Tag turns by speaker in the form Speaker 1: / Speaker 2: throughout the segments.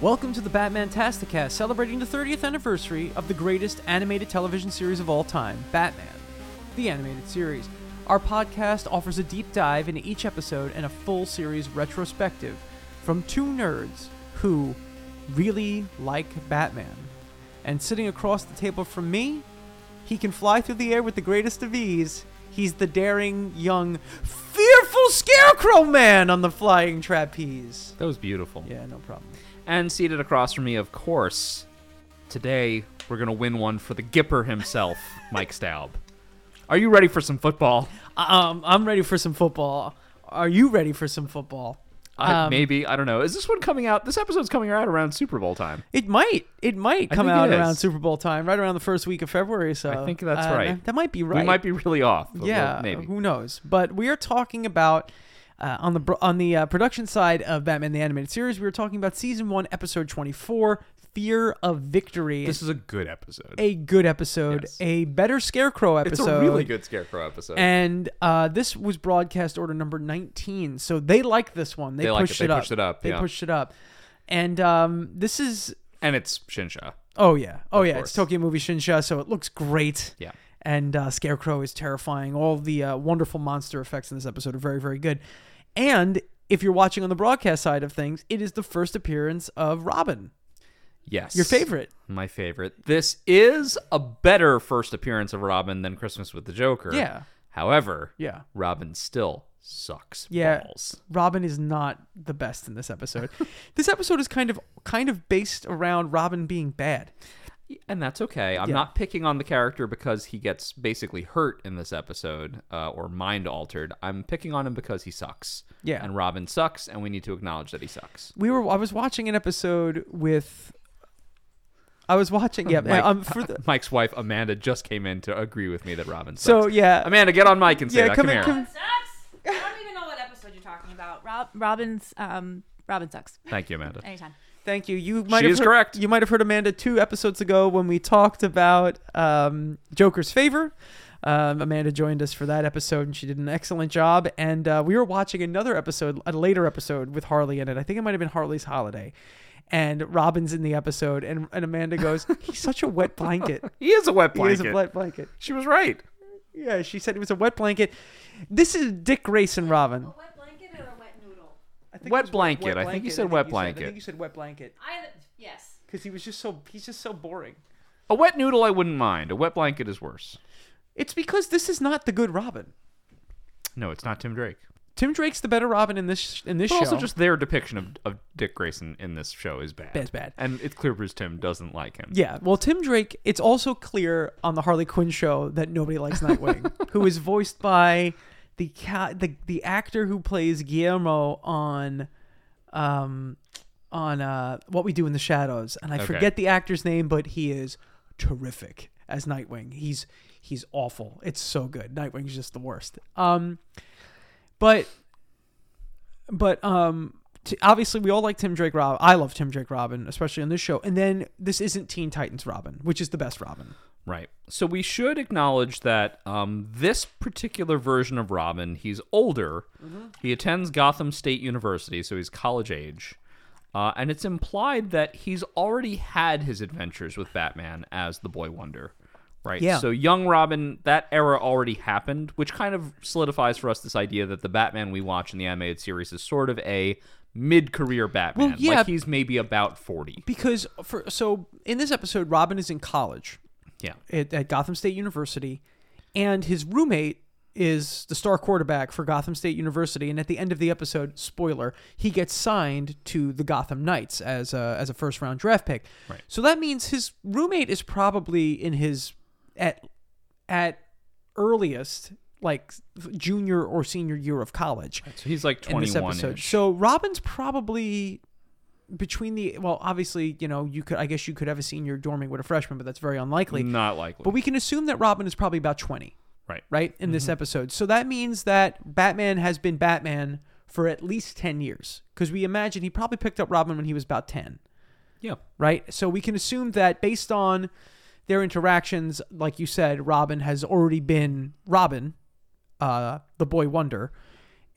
Speaker 1: Welcome to the Batman Tasticast, celebrating the 30th anniversary of the greatest animated television series of all time, Batman, the animated series. Our podcast offers a deep dive into each episode and a full series retrospective from two nerds who really like Batman. And sitting across the table from me, he can fly through the air with the greatest of ease. He's the daring, young, fearful scarecrow man on the flying trapeze.
Speaker 2: That was beautiful.
Speaker 1: Yeah, no problem.
Speaker 2: And seated across from me, of course, today we're going to win one for the Gipper himself, Mike Staub. Are you ready for some football?
Speaker 1: Um, I'm ready for some football. Are you ready for some football?
Speaker 2: I
Speaker 1: Um,
Speaker 2: maybe. I don't know. Is this one coming out? This episode's coming out around Super Bowl time.
Speaker 1: It might. It might come
Speaker 2: think
Speaker 1: out
Speaker 2: it is.
Speaker 1: around Super Bowl time, right around the first week of February. So
Speaker 2: I think that's
Speaker 1: uh,
Speaker 2: right.
Speaker 1: That might be right.
Speaker 2: We might be really off. but
Speaker 1: Yeah.
Speaker 2: we'll- Maybe.
Speaker 1: Who knows? But we are talking about. Uh, on the br- on the uh, production side of Batman the Animated Series, we were talking about season one, episode twenty four, "Fear of Victory."
Speaker 3: This is a good episode.
Speaker 1: a good episode,
Speaker 3: Yes.
Speaker 1: a better Scarecrow
Speaker 3: it's
Speaker 1: episode.
Speaker 3: a really good Scarecrow episode.
Speaker 1: And uh, this was broadcast order number 19. So they like this one. They,
Speaker 3: They like it.
Speaker 1: pushed
Speaker 3: They
Speaker 1: it. up.
Speaker 3: pushed it up,
Speaker 1: They
Speaker 3: yeah.
Speaker 1: pushed it up. And um, this is,
Speaker 3: and it's Shinsha.
Speaker 1: oh, yeah. Oh, yeah.
Speaker 3: course.
Speaker 1: It's Tokyo Movie Shinsha, so it looks great.
Speaker 3: Yeah.
Speaker 1: And uh, Scarecrow is terrifying. All the uh, wonderful monster effects in this episode are very, very good. And if you're watching on the broadcast side of things, it is the first appearance of Robin,
Speaker 2: Yes.
Speaker 1: your favorite.
Speaker 2: My favorite. This is a better first appearance of Robin than Christmas with the Joker.
Speaker 1: Yeah.
Speaker 2: However,
Speaker 1: Yeah.
Speaker 2: Robin still sucks
Speaker 1: Yeah.
Speaker 2: balls.
Speaker 1: Robin is not the best in this episode. this episode is kind of kind of based around Robin being bad.
Speaker 2: And that's okay. I'm
Speaker 1: Yeah.
Speaker 2: not picking on the character because he gets basically hurt in this episode uh, or mind altered. I'm picking on him because he sucks.
Speaker 1: Yeah.
Speaker 2: And Robin sucks, and we need to acknowledge that he sucks.
Speaker 1: we were I was watching an episode with I was watching yeah
Speaker 2: Mike-
Speaker 1: um for the,
Speaker 2: Mike's wife, Amanda, just came in to agree with me that Robin sucks.
Speaker 1: so yeah
Speaker 2: Amanda, get on Mike and say
Speaker 1: yeah
Speaker 2: that.
Speaker 1: come,
Speaker 2: Come,
Speaker 1: in
Speaker 2: here.
Speaker 1: come
Speaker 4: sucks. I don't even know what episode you're talking about. Rob, Robin's, um, Robin sucks.
Speaker 2: Thank you, Amanda.
Speaker 4: Anytime.
Speaker 1: thank you you might have
Speaker 2: is
Speaker 1: heard,
Speaker 2: correct.
Speaker 1: you might have heard Amanda two episodes ago when we talked about um Joker's favor um, Amanda joined us for that episode and she did an excellent job and uh, we were watching another episode a later episode with Harley in it I think it might have been Harley's holiday and Robin's in the episode and, and Amanda goes he's such a wet blanket
Speaker 2: He is a wet
Speaker 1: he is
Speaker 2: blanket.
Speaker 1: a wet blanket
Speaker 2: she was right.
Speaker 1: Yeah, she said it was a wet blanket. This is Dick Grayson Robin.
Speaker 4: wet blanket or a wet noodle?
Speaker 1: I
Speaker 2: Wet blanket. I think you said wet blanket.
Speaker 1: I think you said wet blanket
Speaker 4: I, yes.
Speaker 1: because he was just so he's just so boring.
Speaker 2: A wet noodle, I wouldn't mind. A wet blanket is worse.
Speaker 1: It's because this is not the good Robin.
Speaker 2: No, it's not Tim Drake.
Speaker 1: Tim Drake's the better Robin in this in this
Speaker 2: But
Speaker 1: show.
Speaker 2: also, just their depiction of, of Dick Grayson in this show is bad.
Speaker 1: Bad's bad.
Speaker 2: And it's clear Bruce Tim doesn't like him.
Speaker 1: yeah, well, Tim Drake. It's also clear on the Harley Quinn show that nobody likes Nightwing, who is voiced by the ca- the the actor who plays Guillermo on, um, on uh, what we do in the shadows, and I forget the actor's name, but he is terrific as Nightwing. He's he's awful. It's so good. Nightwing's just the worst. Um, but but um t- obviously we all like Tim Drake Rob. I love Tim Drake Robin, especially on this show. And then this isn't Teen Titans Robin, which is the best Robin.
Speaker 2: Right. So we should acknowledge that um, this particular version of Robin, he's older.
Speaker 1: Mm-hmm.
Speaker 2: He attends Gotham State University, so he's college age. Uh, and it's implied that he's already had his adventures with Batman as the Boy Wonder. Right.
Speaker 1: Yeah.
Speaker 2: So young Robin, that era already happened, which kind of solidifies for us this idea that the Batman we watch in the animated series is sort of a mid career Batman.
Speaker 1: yeah.
Speaker 2: Like he's maybe about 40.
Speaker 1: Because for so in this episode, Robin is in college
Speaker 2: Yeah.
Speaker 1: at, at Gotham State University, and his roommate is the star quarterback for Gotham State University. And at the end of the episode, spoiler, he gets signed to the Gotham Knights as a, as a first round draft pick. Right. So that means his roommate is probably in his at at earliest like junior or senior year of college
Speaker 2: So he's like
Speaker 1: in this
Speaker 2: 21.
Speaker 1: episode. So Robin's probably between the well, obviously, you know, you could I guess you could have a senior dorming with a freshman, but that's very unlikely.
Speaker 2: Not likely.
Speaker 1: But we can assume that Robin is probably about 20,
Speaker 2: right.
Speaker 1: right? In this episode. So that means that Batman has been Batman for at least 10 years because we imagine he probably picked up Robin when he was about 10,
Speaker 2: Yeah.
Speaker 1: right? So we can assume that based on their interactions, like you said, Robin has already been Robin, uh, the boy wonder.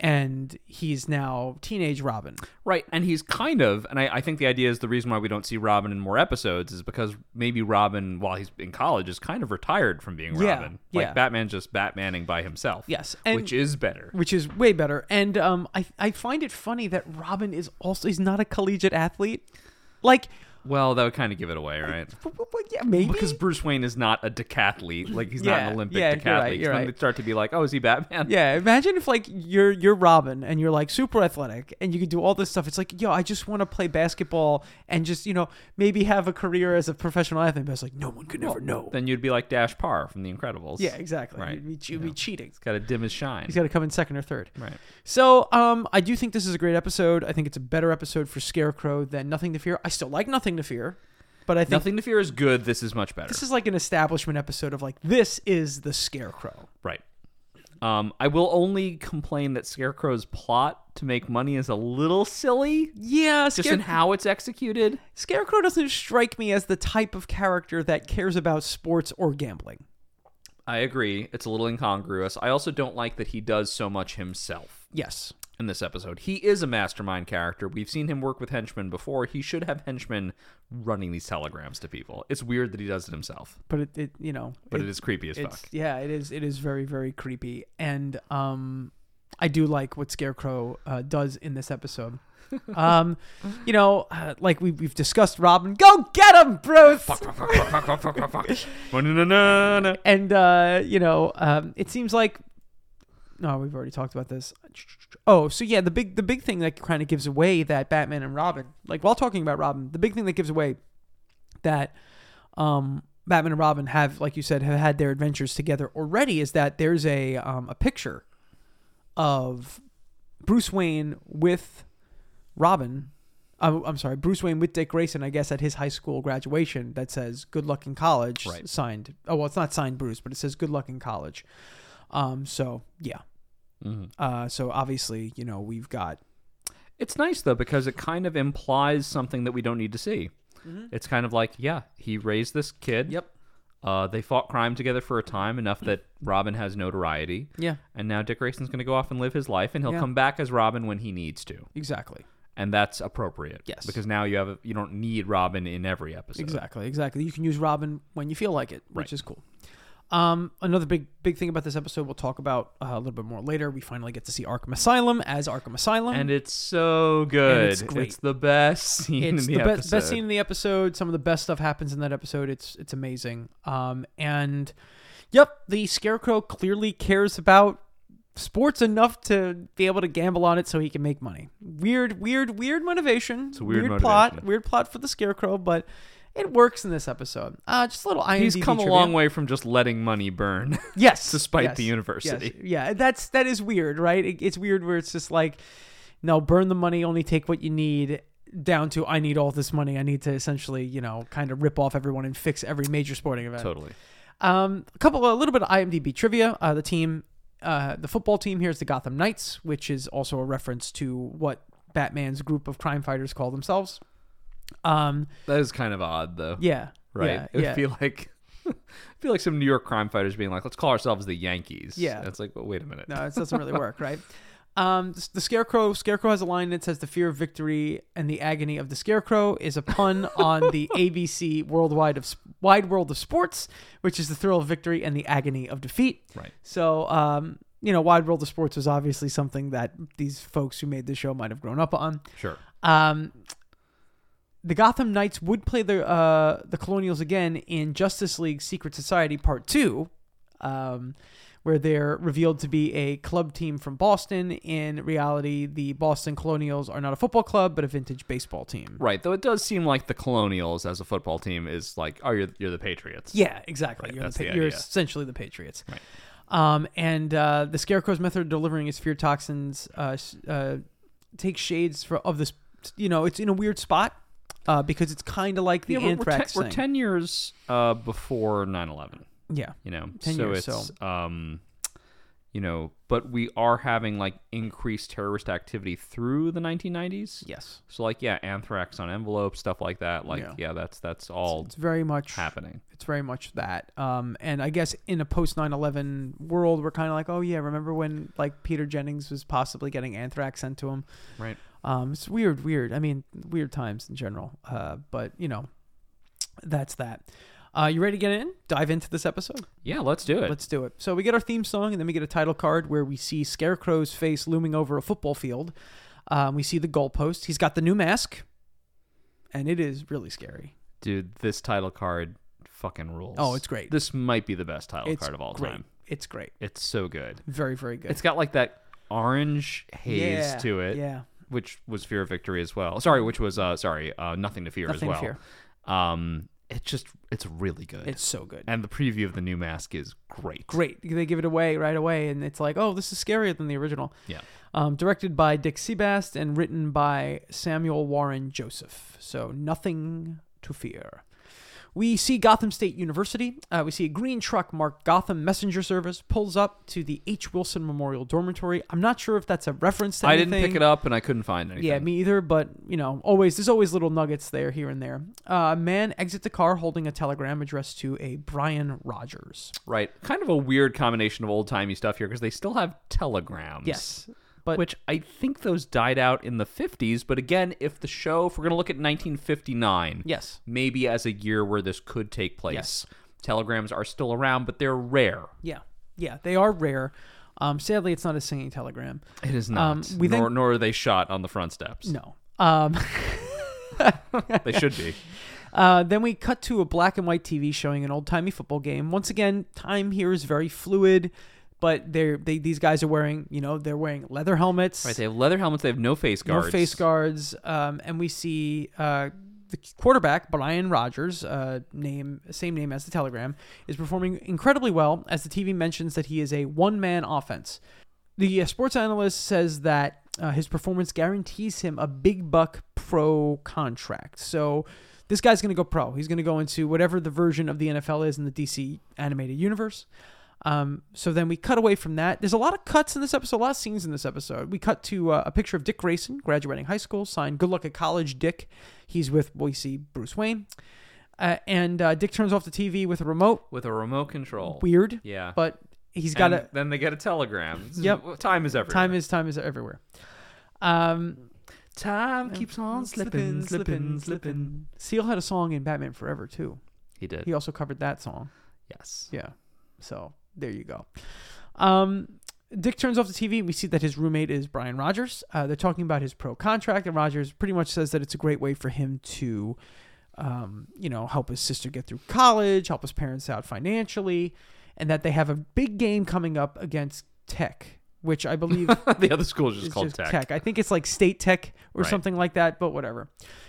Speaker 1: and he's now teenage Robin.
Speaker 2: Right, and he's kind of, and I, I think the idea is the reason why we don't see Robin in more episodes is because maybe Robin, while he's in college, is kind of retired from being
Speaker 1: Yeah,
Speaker 2: Robin. Like
Speaker 1: yeah.
Speaker 2: Batman's just Batmaning by himself.
Speaker 1: Yes, and-
Speaker 2: which is better.
Speaker 1: which is way better. And um, I I find it funny that Robin is also he's not a collegiate athlete. Like,
Speaker 2: Well, that would kind of give it away, right?
Speaker 1: w- w- w- yeah, maybe
Speaker 2: Because Bruce Wayne is not a decathlete. Like he's not
Speaker 1: Yeah,
Speaker 2: an Olympic
Speaker 1: yeah, you're
Speaker 2: decathlete.
Speaker 1: right, you're
Speaker 2: so then
Speaker 1: right.
Speaker 2: they start to be like, oh, is he Batman?
Speaker 1: Yeah, imagine if like you're you're Robin and you're like super athletic and you can do all this stuff. It's like, yo, I just want to play basketball and just you know maybe have a career as a professional athlete. But it's like no one could ever know.
Speaker 2: Then you'd be like Dash Parr from The Incredibles.
Speaker 1: yeah, exactly.
Speaker 2: Right.
Speaker 1: You'd be, you'd be cheating.
Speaker 2: Got to dim his shine.
Speaker 1: He's got to come in second or third.
Speaker 2: right.
Speaker 1: So, um, I do think this is a great episode. I think it's a better episode for Scarecrow than Nothing to Fear. I still like Nothing to Fear, but I think
Speaker 2: Nothing to fear is good. This is much better.
Speaker 1: this is like an establishment episode of like this is the Scarecrow.
Speaker 2: Right. Um, I will only complain that Scarecrow's plot to make money is a little silly,
Speaker 1: Yeah,
Speaker 2: just
Speaker 1: Scare-
Speaker 2: in how it's executed.
Speaker 1: Scarecrow doesn't strike me as the type of character that cares about sports or gambling.
Speaker 2: I agree. It's a little incongruous. I also don't like that he does so much himself
Speaker 1: Yes.
Speaker 2: in this episode. He is a mastermind character. We've seen him work with henchmen before. He should have henchmen running these telegrams to people. It's weird that he does it himself,
Speaker 1: But it, it you know
Speaker 2: but it is creepy as
Speaker 1: it's
Speaker 2: fuck.
Speaker 1: yeah, it is it is very, very creepy. And um I do like what Scarecrow uh, does in this episode. Um, you know, uh, like we, we've discussed, Robin, go get him, Bruce.
Speaker 2: Ba-na-na-na-na.
Speaker 1: and uh, you know, um, it seems like no, we've already talked about this. Oh, so yeah, the big the big thing that kind of gives away that Batman and Robin, like while talking about Robin, the big thing that gives away that um, Batman and Robin have, like you said, have had their adventures together already is that there's a um, a picture of Bruce Wayne with Robin. I'm, I'm sorry, Bruce Wayne with Dick Grayson, I guess, at his high school graduation that says "Good luck in college."
Speaker 2: Right.
Speaker 1: Signed. Oh well, it's not signed Bruce, but it says "Good luck in college." Um. So yeah.
Speaker 2: Mhm.
Speaker 1: Uh. So obviously, you know, we've got
Speaker 2: It's nice though because it kind of implies something that we don't need to see.
Speaker 1: Mm-hmm.
Speaker 2: It's kind of like, yeah, he raised this kid. Uh, they fought crime together for a time, enough that Robin has notoriety.
Speaker 1: Yeah.
Speaker 2: And now Dick Grayson's going to go off and live his life, and he'll
Speaker 1: Yeah.
Speaker 2: come back as Robin when he needs to,
Speaker 1: Exactly.
Speaker 2: and that's appropriate.
Speaker 1: Yes.
Speaker 2: Because now you have a, you don't need Robin in every episode.
Speaker 1: Exactly, exactly. You can use Robin when you feel like it, which is cool. Um, another big big thing about this episode we'll talk about uh, a little bit more later. We finally get to see Arkham Asylum as Arkham Asylum.
Speaker 2: And it's so good.
Speaker 1: it's great.
Speaker 2: the best scene
Speaker 1: it's
Speaker 2: in
Speaker 1: the,
Speaker 2: the,
Speaker 1: be-
Speaker 2: episode.
Speaker 1: best scene in the episode. Some of the best stuff happens in that episode. It's it's amazing. Um, and yep, the Scarecrow clearly cares about sports enough to be able to gamble on it so he can make money. Weird, weird, weird motivation. It's
Speaker 2: a weird
Speaker 1: plot.
Speaker 2: motivation.
Speaker 1: Weird plot for the Scarecrow, but it works in this episode. Uh, just a little IMDb.
Speaker 2: He's come a
Speaker 1: trivia.
Speaker 2: long way from just letting money burn.
Speaker 1: Yes,
Speaker 2: despite
Speaker 1: yes,
Speaker 2: the university.
Speaker 1: yes. Yeah, that's that is weird, right? It, it's weird where it's just like, no, burn the money, only take what you need. Down to I need all this money. I need to essentially, you know, kind of rip off everyone and fix every major sporting event.
Speaker 2: totally.
Speaker 1: Um, a couple, a little bit of IMDb trivia. Uh, the team, uh, the football team here is the Gotham Knights, which is also a reference to what Batman's group of crime fighters call themselves. Um,
Speaker 2: That is kind of odd, though.
Speaker 1: yeah,
Speaker 2: right?
Speaker 1: Yeah,
Speaker 2: it would
Speaker 1: yeah.
Speaker 2: feel like I feel like some New York crime fighters being like, "Let's call ourselves the Yankees."
Speaker 1: Yeah.
Speaker 2: and it's like, well, wait a minute.
Speaker 1: No, it doesn't really work, right? Um, the scarecrow. Scarecrow has a line that says, "The fear of victory and the agony of the scarecrow" is a pun on the ABC worldwide of wide world of sports, which is the thrill of victory and the agony of defeat.
Speaker 2: Right.
Speaker 1: So, um, you know, wide world of sports was obviously something that these folks who made the show might have grown up on.
Speaker 2: Sure.
Speaker 1: Um, the Gotham Knights would play the uh, the Colonials again in Justice League Secret Society Part Two, um, where they're revealed to be a club team from Boston. In reality, the Boston Colonials are not a football club, but a vintage baseball team.
Speaker 2: Right. Though it does seem like the Colonials as a football team is like, oh, you're you're the Patriots.
Speaker 1: Yeah, exactly. you're,
Speaker 2: that's
Speaker 1: the,
Speaker 2: the
Speaker 1: Pa- you're
Speaker 2: idea.
Speaker 1: essentially the Patriots.
Speaker 2: Right.
Speaker 1: Um, and uh, the Scarecrow's method of delivering his fear toxins uh, s- uh, takes shades for, of this. You know, it's in a weird spot uh, because it's kind of like the
Speaker 2: Yeah, we're- we're,
Speaker 1: anthrax
Speaker 2: ten, we're
Speaker 1: thing.
Speaker 2: 10 years uh, before 9-11
Speaker 1: yeah.
Speaker 2: you know
Speaker 1: 10
Speaker 2: so
Speaker 1: years,
Speaker 2: it's um you know, but we are having like increased terrorist activity through the 1990s.
Speaker 1: Yes.
Speaker 2: So like yeah, anthrax on envelopes, stuff like that. Like
Speaker 1: Yeah.
Speaker 2: yeah, that's that's all
Speaker 1: It's very much
Speaker 2: happening.
Speaker 1: it's very much that. Um, and I guess in a post 9/11 world, we're kind of like, oh yeah, remember when like Peter Jennings was possibly getting anthrax sent to him?
Speaker 2: Right.
Speaker 1: Um, it's weird, weird. I mean, weird times in general. Uh, but you know, that's that. Uh, you ready to get in? Dive into this episode.
Speaker 2: Yeah, let's do it.
Speaker 1: Let's do it. So we get our theme song, and then we get a title card where we see Scarecrow's face looming over a football field. Um, we see the goalpost. He's got the new mask, and it is really scary.
Speaker 2: Dude, this title card fucking rules.
Speaker 1: Oh, it's great.
Speaker 2: This might be the best title
Speaker 1: It's
Speaker 2: card of all
Speaker 1: great.
Speaker 2: time.
Speaker 1: It's great.
Speaker 2: It's so good.
Speaker 1: Very, very good.
Speaker 2: It's got like that orange haze
Speaker 1: Yeah,
Speaker 2: to it.
Speaker 1: Yeah.
Speaker 2: which was Fear of Victory as well. Sorry, which was uh sorry, uh Nothing to Fear
Speaker 1: Nothing to
Speaker 2: as well. Um it's just it's really good.
Speaker 1: It's so good.
Speaker 2: and the preview of the new mask is great.
Speaker 1: Great. They give it away right away, and it's like, oh, this is scarier than the original.
Speaker 2: Yeah.
Speaker 1: Um, directed by Dick Sebast and written by Samuel Warren Joseph. So nothing to fear. We see Gotham State University. Uh, we see a green truck marked Gotham Messenger Service pulls up to the H. Wilson Memorial Dormitory. I'm not sure if that's a reference to
Speaker 2: I
Speaker 1: anything.
Speaker 2: didn't pick it up and I couldn't find anything.
Speaker 1: Yeah, me either. But you know, always there's always little nuggets there, here and there. Uh, a man exits the car holding a telegram addressed to a Brian Rogers.
Speaker 2: Right. Kind of a weird combination of old timey stuff here because they still have telegrams.
Speaker 1: Yes, but
Speaker 2: Which I think those died out in the 50s. But again, if the show, if we're going to look at 1959,
Speaker 1: yes,
Speaker 2: maybe as a year where this could take place,
Speaker 1: Yes.
Speaker 2: telegrams are still around, but they're rare.
Speaker 1: yeah, yeah, they are rare. Um, sadly, it's not a singing telegram.
Speaker 2: It is not.
Speaker 1: Um, we
Speaker 2: nor,
Speaker 1: think-
Speaker 2: nor are they shot on the front steps.
Speaker 1: No. Um,
Speaker 2: They should be.
Speaker 1: uh, then we cut to a black and white TV showing an old timey football game. Once again, time here is very fluid, but they're they these guys are wearing you know they're wearing leather helmets.
Speaker 2: Right, they have leather helmets. They have no face guards.
Speaker 1: No face guards. Um, and we see uh, the quarterback, Brian Rogers, uh, name same name as the telegram, is performing incredibly well as the TV mentions that he is a one man offense. The uh, sports analyst says that uh, his performance guarantees him a big buck pro contract. So this guy's going to go pro. He's going to go into whatever the version of the NFL is in the DC animated universe. Um, so then we cut away from that. There's a lot of cuts in this episode, a lot of scenes in this episode. We cut to uh, a picture of Dick Grayson graduating high school, signed Good Luck at College, Dick. He's with, we see Bruce Wayne. Uh, and uh, Dick turns off the TV with a remote.
Speaker 2: with a remote control.
Speaker 1: Weird.
Speaker 2: Yeah.
Speaker 1: But he's got
Speaker 2: Oh. And
Speaker 1: a.
Speaker 2: Then they get a telegram. This is-
Speaker 1: Yep.
Speaker 2: Time is everywhere.
Speaker 1: Time is time is everywhere. Um,
Speaker 2: time keeps on slipping, slipping, slipping.
Speaker 1: Seal had a song in Batman Forever too.
Speaker 2: He did.
Speaker 1: He also covered that song.
Speaker 2: Yes.
Speaker 1: Yeah. So there you go. Um, Dick turns off the TV. We see that his roommate is Brian Rogers. Uh, they're talking about his pro contract, and Rogers pretty much says that it's a great way for him to, um, you know, help his sister get through college, help his parents out financially, and that they have a big game coming up against Tech, which I believe
Speaker 2: the other school is just
Speaker 1: it's
Speaker 2: called
Speaker 1: just
Speaker 2: Tech.
Speaker 1: I think it's like state tech or
Speaker 2: Right.
Speaker 1: something like that, but whatever.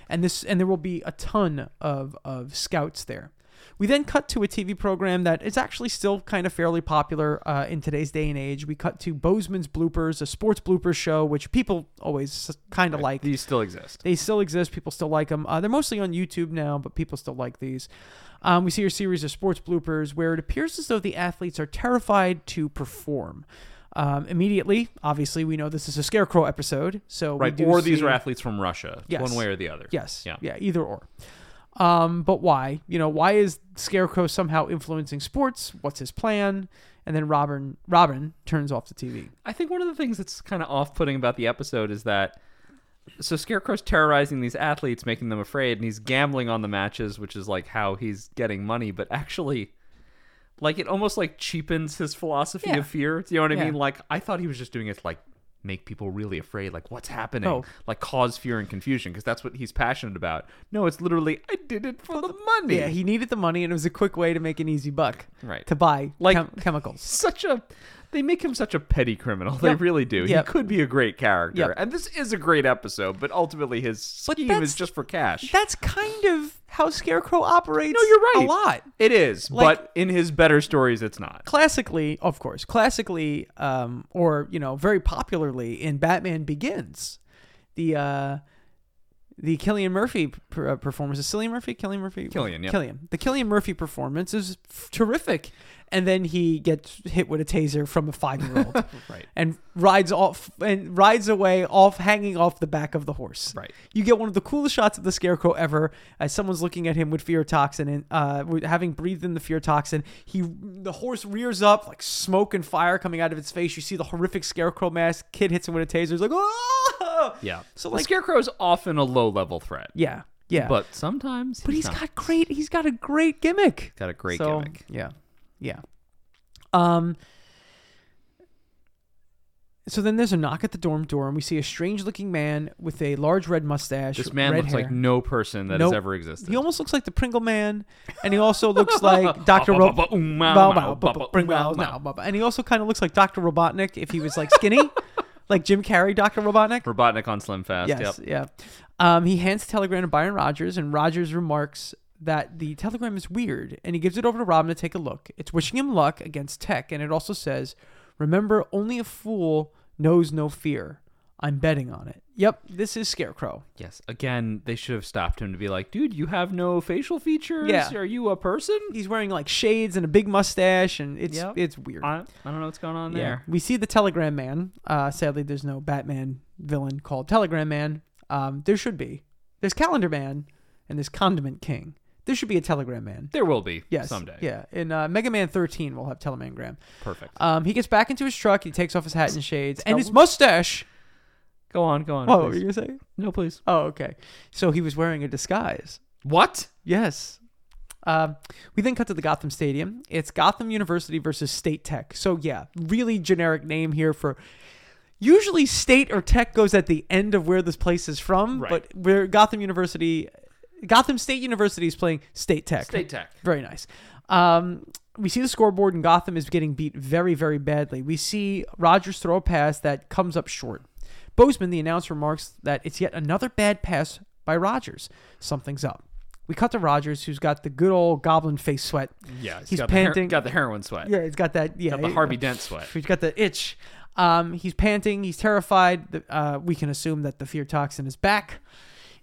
Speaker 1: And this and there will be a ton of of scouts there. We then cut to a TV program that is actually still kind of fairly popular uh, in today's day and age. We cut to Bozeman's Bloopers, a sports bloopers show, which people always kind of like.
Speaker 2: These still exist.
Speaker 1: They still exist. People still like them. Uh, they're mostly on YouTube now, but people still like these. Um, we see a series of sports bloopers where it appears as though the athletes are terrified to perform. Um, immediately, obviously, we know this is a scarecrow episode, so
Speaker 2: Right.
Speaker 1: We do
Speaker 2: Or these
Speaker 1: see-
Speaker 2: are athletes from Russia.
Speaker 1: Yes.
Speaker 2: One way or the other.
Speaker 1: Yes.
Speaker 2: Yeah.
Speaker 1: Yeah. Either or. Um, but why? You know, why is Scarecrow somehow influencing sports? What's his plan? And then Robin Robin turns off the TV.
Speaker 2: I think one of the things that's kind of off-putting about the episode is that so Scarecrow's terrorizing these athletes, making them afraid, and he's gambling on the matches, which is like how he's getting money. But actually, like it almost like cheapens his philosophy
Speaker 1: Yeah.
Speaker 2: of fear. Do you know what I
Speaker 1: Yeah.
Speaker 2: mean? Like I thought he was just doing it to like make people really afraid, like what's happening,
Speaker 1: Oh.
Speaker 2: like cause fear and confusion, because that's what he's passionate about. No, it's literally I did it for the money.
Speaker 1: Yeah, he needed the money, and it was a quick way to make an easy buck.
Speaker 2: Right.
Speaker 1: To buy
Speaker 2: Like-
Speaker 1: chem- chemicals.
Speaker 2: such a they make him such a petty criminal. They
Speaker 1: Yep.
Speaker 2: really do.
Speaker 1: Yep.
Speaker 2: He could be a great character.
Speaker 1: Yep.
Speaker 2: And this is a great episode, but ultimately his
Speaker 1: But
Speaker 2: scheme
Speaker 1: that's-
Speaker 2: is just for cash.
Speaker 1: That's kind of how Scarecrow operates.
Speaker 2: no, you're right.
Speaker 1: A lot.
Speaker 2: It is,
Speaker 1: Like-
Speaker 2: but in his better stories it's not.
Speaker 1: Classically, of course, classically, um, or you know, very popularly in Batman Begins, the uh, the Killian Murphy per- uh, performance. Is Cillian Murphy? Killian Murphy?
Speaker 2: Cillian, yeah.
Speaker 1: Killian. The Killian Murphy performance is f- terrific, and then he gets hit with a taser from a five year old.
Speaker 2: Right.
Speaker 1: And rides off and rides away off hanging off the back of the horse.
Speaker 2: Right.
Speaker 1: You get one of the coolest shots of the scarecrow ever as someone's looking at him with fear toxin and uh, with- having breathed in the fear toxin. He the horse rears up like smoke and fire coming out of its face. You see the horrific scarecrow mask. Kid hits him with a taser. He's like, oh
Speaker 2: Yeah.
Speaker 1: So
Speaker 2: So
Speaker 1: like-
Speaker 2: the scarecrow is often a low level threat.
Speaker 1: yeah yeah.
Speaker 2: But sometimes
Speaker 1: but
Speaker 2: he's
Speaker 1: he's
Speaker 2: not.
Speaker 1: got great. He's got a great gimmick.
Speaker 2: got a great
Speaker 1: So,
Speaker 2: gimmick.
Speaker 1: Yeah. Yeah. Um so then there's a knock at the dorm door and we see a strange looking man with a large red mustache.
Speaker 2: This man
Speaker 1: red
Speaker 2: looks
Speaker 1: hair.
Speaker 2: like no person that
Speaker 1: Nope.
Speaker 2: has ever existed.
Speaker 1: He almost looks like the Pringle man and he also looks like Dr. Rob-
Speaker 2: Ba- ba- oom, mow,
Speaker 1: Bow,
Speaker 2: mow,
Speaker 1: bow,
Speaker 2: ba-
Speaker 1: bow,
Speaker 2: ba-
Speaker 1: Pringle,
Speaker 2: oom,
Speaker 1: now,
Speaker 2: mow.
Speaker 1: bow, bow. And he also kind of looks like Dr. Robotnik if he was like skinny, like Jim Carrey Dr. Robotnik.
Speaker 2: Robotnik on Slim Fast.
Speaker 1: Yes,
Speaker 2: Yep.
Speaker 1: yeah. Um, he hands the telegram to Byron Rogers, and Rogers remarks that the telegram is weird, and he gives it over to Robin to take a look. It's wishing him luck against Tech, and it also says, "Remember, only a fool knows no fear." I'm betting on it. Yep, this is Scarecrow.
Speaker 2: Yes. Again, they should have stopped him to be like, dude, you have no facial features?
Speaker 1: Yeah.
Speaker 2: Are you a person?
Speaker 1: He's wearing like shades and a big mustache, and it's
Speaker 2: Yep.
Speaker 1: it's weird.
Speaker 2: I, I don't know what's going on there.
Speaker 1: We see the Telegram Man. Uh, sadly, there's no Batman villain called Telegram Man. Um, there should be. There's Calendar Man, and there's Condiment King. There should be a Telegram Man.
Speaker 2: There will be
Speaker 1: Yes.
Speaker 2: someday.
Speaker 1: Yeah. In uh, Mega Man 13, we'll have Teleman Graham.
Speaker 2: Perfect.
Speaker 1: Um, he gets back into his truck. He takes off his hat and shades and his mustache.
Speaker 2: go on, go on.
Speaker 1: Oh, what were
Speaker 2: please.
Speaker 1: you going to say?
Speaker 2: No, please.
Speaker 1: Oh, okay. So he was wearing a disguise.
Speaker 2: What?
Speaker 1: Yes. Um, we then cut to the Gotham Stadium. It's Gotham University versus State Tech. So, yeah, really generic name here for. Usually, state or tech goes at the end of where this place is from,
Speaker 2: Right.
Speaker 1: but where Gotham University, Gotham State University is playing state tech.
Speaker 2: State Tech.
Speaker 1: Very nice. Um, we see the scoreboard, and Gotham is getting beat very, very badly. We see Rogers throw a pass that comes up short. Bozeman, the announcer, remarks that it's yet another bad pass by Rogers. Something's up. We cut to Rogers, who's got the good old goblin face sweat.
Speaker 2: Yeah.
Speaker 1: He's
Speaker 2: got The
Speaker 1: panting.
Speaker 2: her- got the heroin sweat.
Speaker 1: Yeah, he's got that. Yeah,
Speaker 2: Got the Harvey Dent sweat.
Speaker 1: He's got the itch. Um, he's panting. He's terrified. The- Uh, we can assume that the fear toxin is back.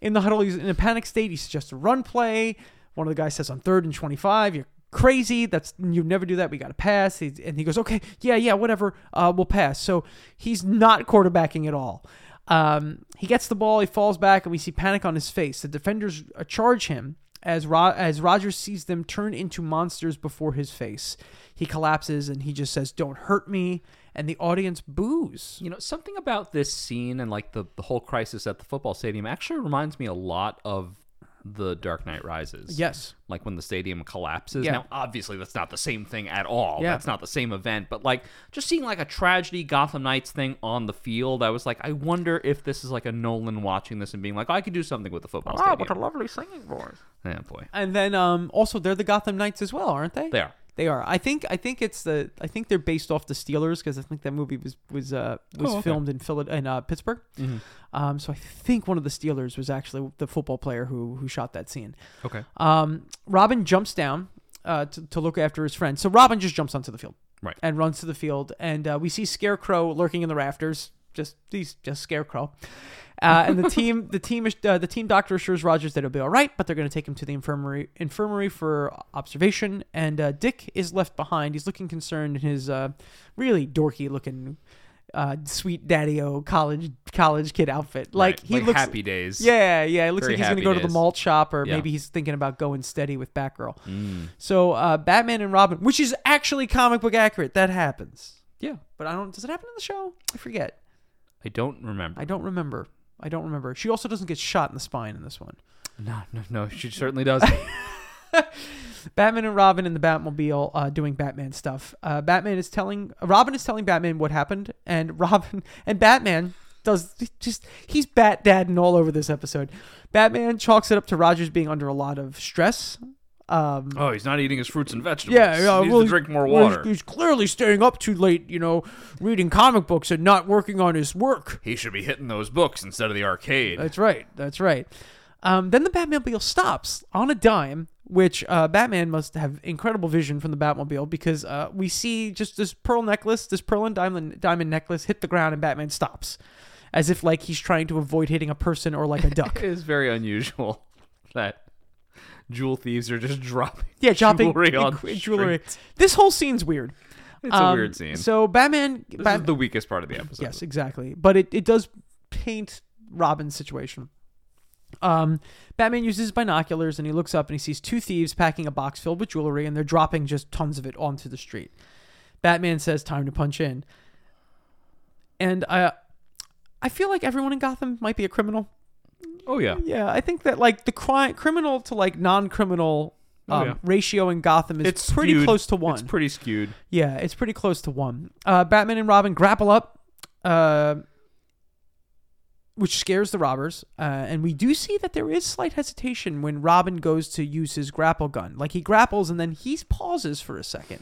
Speaker 1: In the huddle, he's in a panic state. He suggests a run play. One of the guys says on third and twenty-five, "You're crazy. That's you never do that. We got to pass." He, and he goes, "Okay, yeah, yeah, whatever. Uh, we'll pass." So he's not quarterbacking at all. Um, he gets the ball. He falls back, and we see panic on his face. The defenders uh, charge him as Ro- as Rogers sees them turn into monsters before his face. He collapses and he just says, "Don't hurt me," and the audience boos.
Speaker 2: You know, something about this scene and like the, the whole crisis at the football stadium actually reminds me a lot of the Dark Knight Rises.
Speaker 1: Yes.
Speaker 2: Like when the stadium collapses.
Speaker 1: Yeah.
Speaker 2: Now, obviously, that's not the same thing at all.
Speaker 1: Yeah.
Speaker 2: That's not the same event. But like just seeing like a tragedy Gotham Knights thing on the field, I was like, I wonder if this is like a Nolan watching this and being like, "Oh, I could do something with the football stadium.
Speaker 1: lovely singing voice.
Speaker 2: yeah, boy.
Speaker 1: And then um, also they're the Gotham Knights as well, aren't they?
Speaker 2: They are.
Speaker 1: They are. I think I think it's the I think they're based off the Steelers because I think that movie was was uh, was
Speaker 2: Oh, okay. Mm-hmm.
Speaker 1: filmed in Phila- in uh, Pittsburgh. Um, so I think one of the Steelers was actually the football player who who shot that scene.
Speaker 2: Okay.
Speaker 1: Um, Robin jumps down uh, to, to look after his friend. So Robin just jumps onto the field,
Speaker 2: Right.
Speaker 1: and runs to the field, and uh, we see Scarecrow lurking in the rafters. Just he's just Scarecrow, uh, and the team the team is- uh, the team doctor assures Rogers that he'll be all right, but they're going to take him to the infirmary infirmary for observation. And uh, Dick is left behind. He's looking concerned in his uh, really dorky looking. Uh, sweet daddy-o college college kid outfit like
Speaker 2: Right.
Speaker 1: he looks
Speaker 2: happy days.
Speaker 1: yeah, yeah. It looks like
Speaker 2: Very
Speaker 1: he's going to
Speaker 2: happy
Speaker 1: go to the
Speaker 2: days.
Speaker 1: malt shop, or
Speaker 2: Yeah.
Speaker 1: maybe he's thinking about going steady with Batgirl. So uh, Batman and Robin, which is actually comic book accurate, that happens.
Speaker 2: Yeah.
Speaker 1: But I don't. Does it happen in the show? I forget.
Speaker 2: I don't remember.
Speaker 1: I don't remember. I don't remember. She also doesn't get shot in the spine in this one.
Speaker 2: No, no, no. She certainly does. not
Speaker 1: Batman and Robin in the Batmobile uh, doing Batman stuff. Uh, Batman is telling Robin is telling Batman what happened, and Robin and Batman does just he's bat dadding all over this episode. Batman chalks it up to Rogers being under a lot of stress. Um,
Speaker 2: oh, he's not eating his fruits and vegetables.
Speaker 1: yeah, yeah,
Speaker 2: He needs
Speaker 1: well,
Speaker 2: to drink more
Speaker 1: well,
Speaker 2: water.
Speaker 1: he's, he's clearly staying up too late, you know, reading comic books and not working on his work.
Speaker 2: He should be hitting those books instead of the arcade.
Speaker 1: That's right. That's right. Um, then the Batmobile stops on a dime, which uh, Batman must have incredible vision from the Batmobile because uh, we see just this pearl necklace, this pearl and diamond diamond necklace, hit the ground, and Batman stops, as if like he's trying to avoid hitting a person or like a duck.
Speaker 2: It is very unusual that jewel thieves are just dropping
Speaker 1: Yeah, dropping
Speaker 2: jewelry on
Speaker 1: equi-
Speaker 2: the
Speaker 1: jewelry.
Speaker 2: streets.
Speaker 1: This whole scene's weird.
Speaker 2: It's a
Speaker 1: Um,
Speaker 2: weird scene.
Speaker 1: So Batman.
Speaker 2: this
Speaker 1: Bat-
Speaker 2: is the weakest part of the episode.
Speaker 1: Yes, exactly. But it, it does paint Robin's situation. Um, Batman uses his binoculars and he looks up and he sees two thieves packing a box filled with jewelry and they're dropping just tons of it onto the street. Batman says, "Time to punch in." And I, I feel like everyone in Gotham might be a criminal.
Speaker 2: Oh yeah.
Speaker 1: Yeah, I think that like the crime, criminal to like non-criminal um,
Speaker 2: Oh, yeah.
Speaker 1: ratio in Gotham is
Speaker 2: It's
Speaker 1: pretty
Speaker 2: skewed.
Speaker 1: close to one.
Speaker 2: It's pretty skewed.
Speaker 1: Yeah, it's pretty close to one. Uh, Batman and Robin grapple up, uh, which scares the robbers. Uh, and we do see that there is slight hesitation when Robin goes to use his grapple gun. Like he grapples and then he pauses for a second.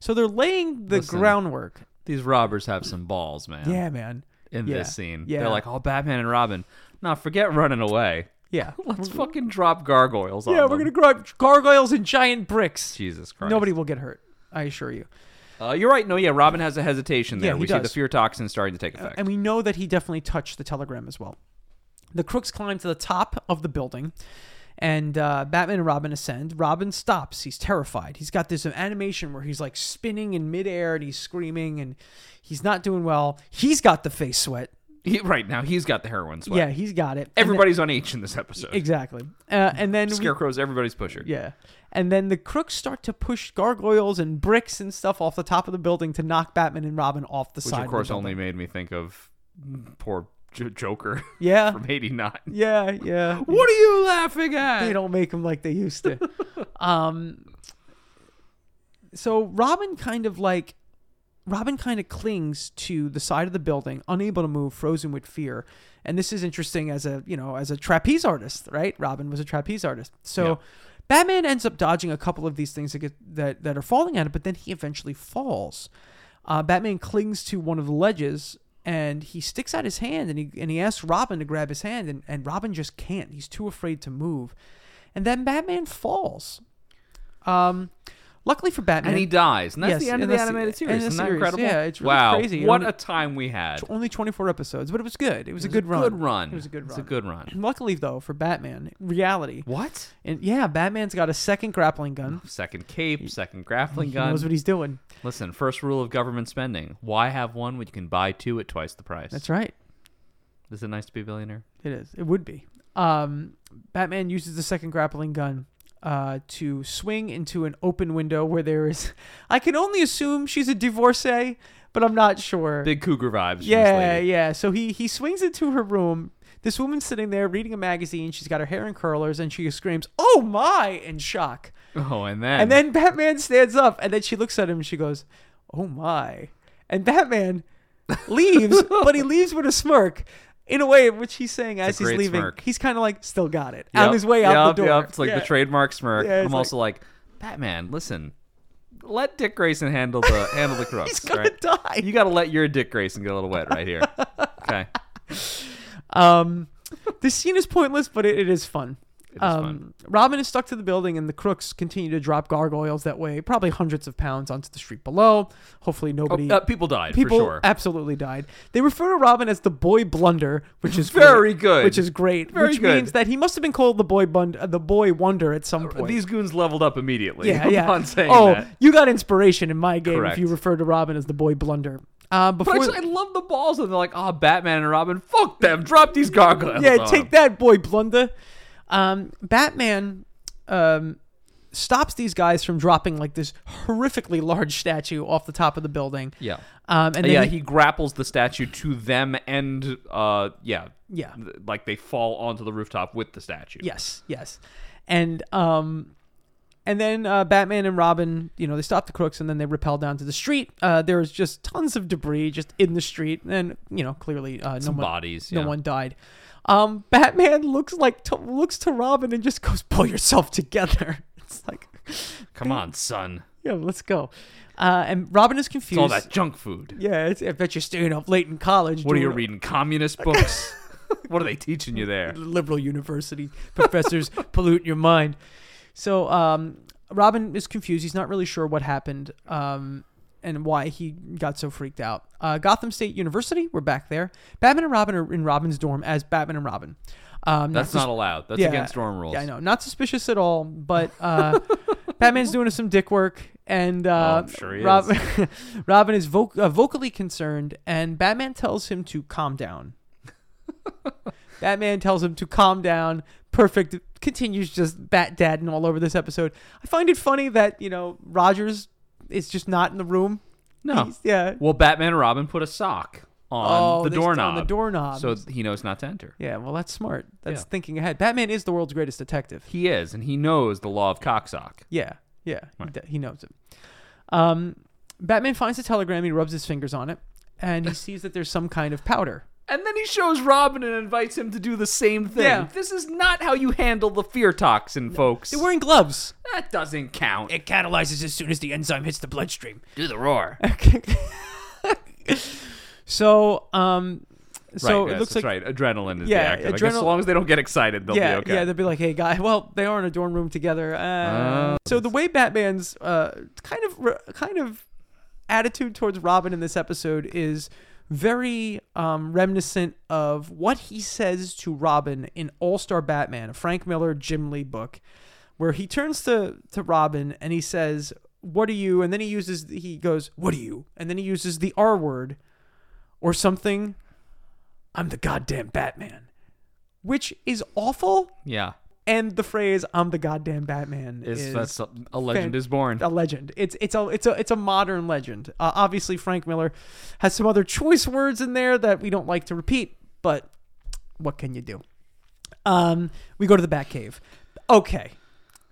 Speaker 1: So they're laying the
Speaker 2: Listen.
Speaker 1: groundwork.
Speaker 2: These robbers have some balls, man.
Speaker 1: Yeah, man.
Speaker 2: In
Speaker 1: yeah,
Speaker 2: this scene,
Speaker 1: yeah.
Speaker 2: they're like, "Oh, Batman and Robin." Nah, forget running away.
Speaker 1: Yeah.
Speaker 2: Let's fucking drop gargoyles on
Speaker 1: yeah, we're
Speaker 2: them.
Speaker 1: going to grab gargoyles and giant bricks.
Speaker 2: Jesus Christ.
Speaker 1: Nobody will get hurt, I assure you.
Speaker 2: Uh, you're right. No, yeah. Robin has a hesitation there.
Speaker 1: Yeah, he
Speaker 2: we see the
Speaker 1: does. Uh,
Speaker 2: fear toxin starting to take effect.
Speaker 1: And we know that he definitely touched the telegram as well. The crooks climb to the top of the building, and uh, Batman and Robin ascend. Robin stops. He's terrified. He's got this animation where he's like spinning in midair and he's screaming and he's not doing well. He's got the face sweat.
Speaker 2: He- right now, he's got the heroin sweat.
Speaker 1: Yeah, he's got it. And then-
Speaker 2: Everybody's on H in this episode.
Speaker 1: exactly. Uh, and then we-
Speaker 2: Scarecrow's everybody's pusher.
Speaker 1: yeah. And then the crooks start to push gargoyles and bricks and stuff off the top of the building to knock Batman and Robin off the
Speaker 2: Which,
Speaker 1: side.
Speaker 2: of course,
Speaker 1: the building.
Speaker 2: only made me think of poor J- Joker
Speaker 1: yeah,
Speaker 2: from 89.
Speaker 1: yeah, yeah.
Speaker 2: What are you laughing at?
Speaker 1: they don't make them like they used to. um, so Robin kind of like Robin kind of clings to the side of the building, unable to move, frozen with fear. And this is interesting as a you know as a trapeze artist, right? Robin was a trapeze artist, so.
Speaker 2: Yeah.
Speaker 1: Batman ends up dodging a couple of these things that, get, that that are falling at it, but then he eventually falls. Uh, Batman clings to one of the ledges and he sticks out his hand and he and he asks Robin to grab his hand and, and Robin just can't. He's too afraid to move. And then Batman falls. Um, luckily for Batman,
Speaker 2: and he dies. And that's
Speaker 1: Yes,
Speaker 2: the end of
Speaker 1: and
Speaker 2: the
Speaker 1: that's the-
Speaker 2: animated
Speaker 1: end
Speaker 2: series.
Speaker 1: of the
Speaker 2: Isn't that
Speaker 1: series.
Speaker 2: incredible?
Speaker 1: Yeah, it's really
Speaker 2: wow,
Speaker 1: crazy. It
Speaker 2: What
Speaker 1: only-
Speaker 2: a time we had.
Speaker 1: only 24 episodes, but it was good. It was, a
Speaker 2: It
Speaker 1: good
Speaker 2: was
Speaker 1: run.
Speaker 2: Good run.
Speaker 1: It was a good
Speaker 2: It's
Speaker 1: run.
Speaker 2: a good run.
Speaker 1: Luckily though for Batman, reality.
Speaker 2: What?
Speaker 1: And yeah, Batman's got a second grappling gun.
Speaker 2: Second cape, second grappling
Speaker 1: He
Speaker 2: gun.
Speaker 1: knows what he's doing.
Speaker 2: Listen, first rule of government spending: why have one when you can buy two at twice the price?
Speaker 1: That's right.
Speaker 2: Is it nice to be a billionaire?
Speaker 1: It is. It would be. Um, Batman uses the second grappling gun uh, to swing into an open window where there is. I can only assume she's a divorcee, but I'm not sure.
Speaker 2: Big cougar vibes. from this
Speaker 1: yeah,
Speaker 2: lady.
Speaker 1: yeah. So he he swings into her room. This woman's sitting there reading a magazine. She's got her hair in curlers, and she screams, "Oh my!" in shock.
Speaker 2: Oh, and then
Speaker 1: And then Batman stands up, and then she looks at him and she goes, "Oh my!" And Batman leaves, but he leaves with a smirk, in a way in which he's saying as he's
Speaker 2: great
Speaker 1: leaving,
Speaker 2: smirk.
Speaker 1: he's kind of like still got it
Speaker 2: Yep,
Speaker 1: on his way out the
Speaker 2: yep,
Speaker 1: door.
Speaker 2: yep. It's like
Speaker 1: Yeah.
Speaker 2: the trademark smirk.
Speaker 1: Yeah, it's
Speaker 2: I'm
Speaker 1: like-
Speaker 2: also like, Batman, listen, let Dick Grayson handle the handle the crooks.
Speaker 1: He's gonna
Speaker 2: right?
Speaker 1: die.
Speaker 2: You got to let your Dick Grayson get a little wet right here. Okay,
Speaker 1: Um, this scene is pointless, but it, it is fun.
Speaker 2: It is
Speaker 1: um,
Speaker 2: fun.
Speaker 1: Robin is stuck to the building, and the crooks continue to drop gargoyles that way, probably hundreds of pounds onto the street below. Hopefully, nobody.
Speaker 2: Oh, uh, people died
Speaker 1: People
Speaker 2: for sure.
Speaker 1: absolutely died. They refer to Robin as the Boy Blunder, which is
Speaker 2: Very
Speaker 1: great-
Speaker 2: good.
Speaker 1: Which is great.
Speaker 2: Very
Speaker 1: which
Speaker 2: good. Uh,
Speaker 1: means that he must have been called the Boy Bund- uh, the Boy Wonder at some point.
Speaker 2: These goons leveled up immediately.
Speaker 1: yeah, yeah.
Speaker 2: Upon saying
Speaker 1: oh,
Speaker 2: that.
Speaker 1: you got inspiration in my game if
Speaker 2: Correct.
Speaker 1: you refer to Robin as the Boy Blunder. Uh,
Speaker 2: But
Speaker 1: before,
Speaker 2: actually, I love the balls, and they're like, "Ah, Batman and Robin, fuck them, drop these gargoyles."
Speaker 1: yeah,
Speaker 2: on
Speaker 1: take
Speaker 2: them."
Speaker 1: that, Boy Blunder. Um, Batman um, stops these guys from dropping like this horrifically large statue off the top of the building.
Speaker 2: Yeah, Uh,
Speaker 1: Um, and then
Speaker 2: yeah.
Speaker 1: he-
Speaker 2: He grapples the statue to them, and uh, yeah,
Speaker 1: Yeah.
Speaker 2: th- like they fall onto the rooftop with the statue.
Speaker 1: Yes, yes. And um and then uh, Batman and Robin, you know, they stop the crooks and then they rappel down to the street. Uh, there's just tons of debris just in the street, and you know, clearly uh, no
Speaker 2: Some
Speaker 1: one,
Speaker 2: bodies,
Speaker 1: no
Speaker 2: yeah.
Speaker 1: one died. Um, Batman looks like to, looks to Robin and just goes, "Pull yourself together." It's like,
Speaker 2: Come on, son.
Speaker 1: yeah, let's go. Uh, and Robin is
Speaker 2: It's
Speaker 1: confused.
Speaker 2: all that junk food.
Speaker 1: Yeah, it's, I bet you're staying up late in college.
Speaker 2: What are you
Speaker 1: doing-
Speaker 2: reading? Communist books? what are they teaching you there?
Speaker 1: liberal university professors pollute your mind. So um, Robin is confused. He's not really sure what happened um, and why he got so freaked out. Uh, Gotham State University, we're back there. Batman and Robin are in Robin's dorm as Batman and Robin. Um,
Speaker 2: That's
Speaker 1: sus-
Speaker 2: not allowed. That's
Speaker 1: yeah,
Speaker 2: against dorm rules.
Speaker 1: Yeah, I know. Not suspicious at all, but uh, Batman's doing some dick work, and uh,
Speaker 2: Oh, I'm sure he
Speaker 1: Rob- Robin is voc- uh, vocally concerned, and Batman tells him to calm down. Batman tells him to calm down. Perfect. Continues just bat dadding all over this episode. I find it funny that you know Rogers is just not in the room.
Speaker 2: No.
Speaker 1: He's- yeah.
Speaker 2: Well, Batman and Robin put a sock on
Speaker 1: Oh,
Speaker 2: the
Speaker 1: they stick on the doorknob.
Speaker 2: doorknob. So he knows not to enter.
Speaker 1: Yeah. Well, that's smart. That's
Speaker 2: Yeah.
Speaker 1: thinking ahead. Batman is the world's greatest detective.
Speaker 2: He is, and he knows the law of cocksock.
Speaker 1: Yeah, yeah, he, d- he knows it. Um, Batman finds the telegram. He rubs his fingers on it, and he sees that there's some kind of powder.
Speaker 2: And then he shows Robin and invites him to do the same thing.
Speaker 1: Yeah.
Speaker 2: This is not how you handle the fear toxin, folks.
Speaker 1: They're wearing gloves.
Speaker 2: that doesn't count.
Speaker 1: It catalyzes as soon as the enzyme hits the bloodstream.
Speaker 2: do the roar.
Speaker 1: So, um, so
Speaker 2: right, yes,
Speaker 1: it looks like
Speaker 2: that's right. Adrenaline is
Speaker 1: Yeah,
Speaker 2: the active. I guess
Speaker 1: adrenal-
Speaker 2: as long as they don't get excited, they'll
Speaker 1: yeah,
Speaker 2: be okay.
Speaker 1: yeah, they'll be like, "Hey, guy, well, they are in a dorm room together." Uh,
Speaker 2: Oh.
Speaker 1: so the way Batman's uh, kind of re- kind of attitude towards Robin in this episode is very um, reminiscent of what he says to Robin in All Star Batman, a Frank Miller Jim Lee book, where he turns to to Robin and he says, "What are you?" And then he uses he goes, "What are you?" And then he uses the R word or something. I'm the goddamn Batman, which is awful.
Speaker 2: yeah.
Speaker 1: And the phrase "I'm the goddamn Batman"
Speaker 2: Is,
Speaker 1: is
Speaker 2: that's a, a legend
Speaker 1: fan-
Speaker 2: is born.
Speaker 1: a legend. It's it's a it's a it's a modern legend. Uh, obviously, Frank Miller has some other choice words in there that we don't like to repeat, but what can you do? Um, we go to the Batcave. Okay,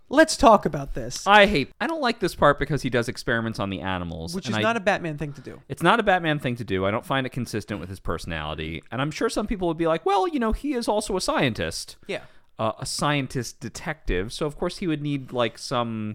Speaker 1: let's talk about this,
Speaker 2: I hate. I don't like this part because he does experiments on the animals,
Speaker 1: which
Speaker 2: and
Speaker 1: is
Speaker 2: I-
Speaker 1: not a Batman thing to do.
Speaker 2: It's not a Batman thing to do. I don't find it consistent with his personality, and I'm sure some people would be like, "Well, you know, he is also a scientist."
Speaker 1: Yeah.
Speaker 2: uh, a scientist detective. So of course he would need like some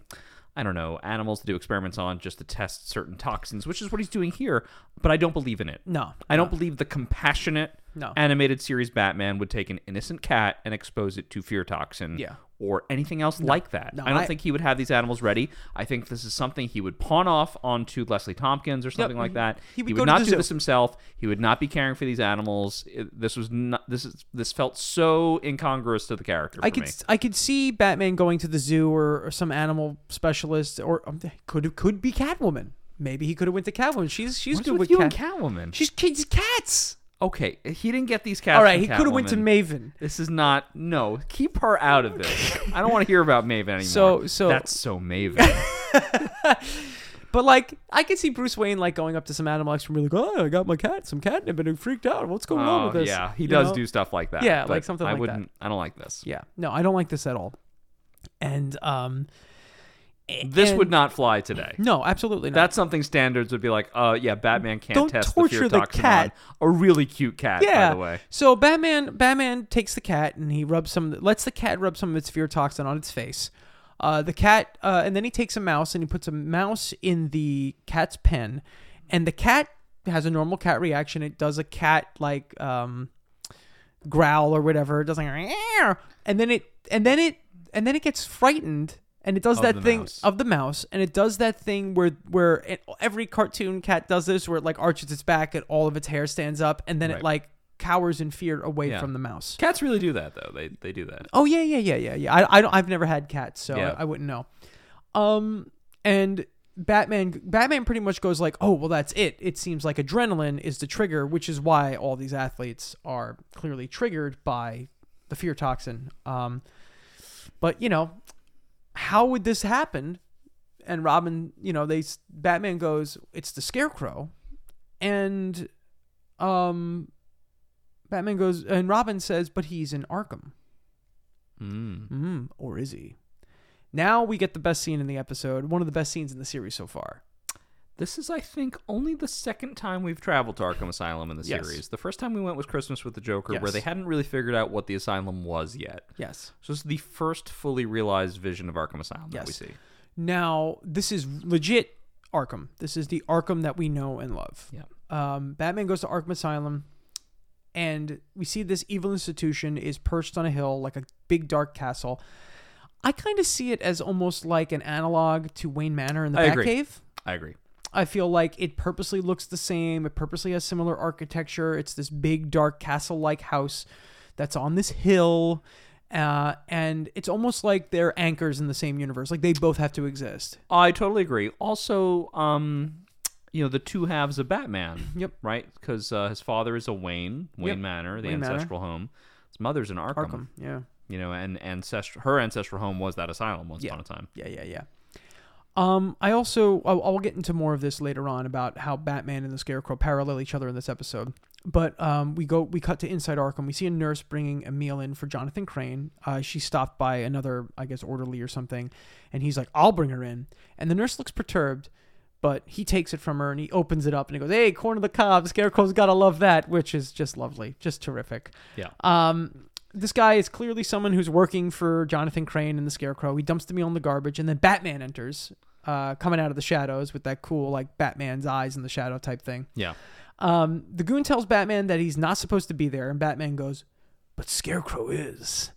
Speaker 2: I don't know animals to do experiments on just to test certain toxins, which is what he's doing here. But I don't believe in it.
Speaker 1: No,
Speaker 2: I don't believe the compassionate
Speaker 1: No.
Speaker 2: animated series Batman would take an innocent cat and expose it to fear toxin.
Speaker 1: Yeah.
Speaker 2: Or anything else like that.
Speaker 1: No,
Speaker 2: I don't
Speaker 1: I-
Speaker 2: think he would have these animals ready. I think this is something he would pawn off onto Leslie Tompkins or something like that.
Speaker 1: he would
Speaker 2: he
Speaker 1: go
Speaker 2: would
Speaker 1: to
Speaker 2: not
Speaker 1: the
Speaker 2: do
Speaker 1: zoo.
Speaker 2: this himself. He would not be caring for these animals. It- this was not. This is this felt so incongruous to the character.
Speaker 1: I
Speaker 2: for
Speaker 1: could
Speaker 2: me.
Speaker 1: I could see Batman going to the zoo or, or some animal specialist or um, could could be Catwoman. Maybe he could have went to Catwoman. She's she's
Speaker 2: What's
Speaker 1: good
Speaker 2: with
Speaker 1: with
Speaker 2: you
Speaker 1: cat-
Speaker 2: and Catwoman?
Speaker 1: She's kids cats.
Speaker 2: okay, he didn't get these cats.
Speaker 1: All right,
Speaker 2: from
Speaker 1: he could have went to
Speaker 2: Catwoman.
Speaker 1: Maven.
Speaker 2: This is not. No, keep her out of this. I don't want to hear about Maven anymore.
Speaker 1: So- so-
Speaker 2: that's so Maven.
Speaker 1: But like, I could see Bruce Wayne like going up to some animal expert and be like, "Oh, I got my cat, some catnip, and it freaked out. What's going on
Speaker 2: oh,
Speaker 1: with this?"
Speaker 2: yeah, he
Speaker 1: You
Speaker 2: does
Speaker 1: know?
Speaker 2: do stuff like that.
Speaker 1: Yeah,
Speaker 2: but
Speaker 1: like something
Speaker 2: I
Speaker 1: like that.
Speaker 2: wouldn't. I don't like this.
Speaker 1: Yeah, no, I don't like this at all. And um, a-
Speaker 2: This
Speaker 1: and-
Speaker 2: would
Speaker 1: Mm-hmm.
Speaker 2: not fly today.
Speaker 1: No, absolutely not.
Speaker 2: That's something standards would be like. Uh, yeah, Batman can't
Speaker 1: Don't
Speaker 2: test the
Speaker 1: torture
Speaker 2: fear
Speaker 1: the
Speaker 2: toxin
Speaker 1: cat.
Speaker 2: on a really cute cat.
Speaker 1: yeah.
Speaker 2: by the way.
Speaker 1: So Batman, Batman takes the cat and he rubs some, lets the cat rub some of its fear toxin on its face. Uh, the cat, uh, and then he takes a mouse and he puts a mouse in the cat's pen, and the cat has a normal cat reaction. It does a cat like um, growl or whatever. It does like, "Meow," and then it, and then it, and then it gets frightened. And it does
Speaker 2: Of
Speaker 1: that
Speaker 2: the
Speaker 1: thing
Speaker 2: mouse.
Speaker 1: of the mouse, and it does that thing where where it, every cartoon cat does this, where it like arches its back and all of its hair stands up, and then it
Speaker 2: Right.
Speaker 1: like cowers in fear away
Speaker 2: Yeah.
Speaker 1: from the mouse.
Speaker 2: Cats really do that though. They they do that.
Speaker 1: Oh yeah, yeah, yeah, yeah, yeah. I, I don't, I've never had cats, so
Speaker 2: Yeah.
Speaker 1: I, I wouldn't know. Um, and Batman, Batman pretty much goes like, oh well, that's it. It seems like adrenaline is the trigger, which is why all these athletes are clearly triggered by the fear toxin. Um, but you know, how would this happen? And Robin, you know, they s- Batman goes, it's the Scarecrow, and um, Batman goes, and Robin says, but he's in Arkham.
Speaker 2: Mm.
Speaker 1: Mm, or is he? Now we get the best scene in the episode, one of the best scenes in the series so far.
Speaker 2: This is, I think, only the second time we've traveled to Arkham Asylum in the
Speaker 1: Yes.
Speaker 2: series. The first time we went was Christmas with the Joker, where
Speaker 1: Yes.
Speaker 2: they hadn't really figured out what the asylum was yet.
Speaker 1: Yes.
Speaker 2: So this is the first fully realized vision of Arkham Asylum that we
Speaker 1: Yes.
Speaker 2: see.
Speaker 1: Now, this is legit Arkham. This is the Arkham that we know and love.
Speaker 2: Yeah.
Speaker 1: Um, Batman goes to Arkham Asylum, and we see this evil institution is perched on a hill like a big dark castle. I kind of see it as almost like an analog to Wayne Manor in the
Speaker 2: I
Speaker 1: Batcave.
Speaker 2: agree. I agree.
Speaker 1: I feel like it purposely looks the same. It purposely has similar architecture. It's this big, dark, castle like house that's on this hill, uh, and it's almost like they're anchors in the same universe. Like they both have to exist.
Speaker 2: I totally agree. Also, um, you know, the two halves of Batman.
Speaker 1: Yep.
Speaker 2: Right? Because uh, his father is a Wayne, Wayne
Speaker 1: Yep.
Speaker 2: Manor, the
Speaker 1: Wayne Manor.
Speaker 2: ancestral home. His mother's in Arkham.
Speaker 1: Arkham. Yeah.
Speaker 2: You know, and ancestral, her ancestral home was that asylum once upon a time.
Speaker 1: Yeah, yeah, yeah. Um, I also I'll, I'll get into more of this later on about how Batman and the Scarecrow parallel each other in this episode. But um, we go we cut to inside Arkham. We see a nurse bringing a meal in for Jonathan Crane. Uh, she stopped by another I guess orderly or something, and he's like, "I'll bring her in." And the nurse looks perturbed, but he takes it from her and he opens it up and he goes, "Hey, corn of the cob, Scarecrow's gotta love that," which is just lovely, just terrific.
Speaker 2: Yeah.
Speaker 1: Um, this guy is clearly someone who's working for Jonathan Crane and the Scarecrow. He dumps the meal in the garbage, and then Batman enters, uh, coming out of the shadows with that cool like Batman's eyes in the shadow type thing.
Speaker 2: yeah.
Speaker 1: Um, the goon tells Batman that he's not supposed to be there, and Batman goes, "But Scarecrow is,"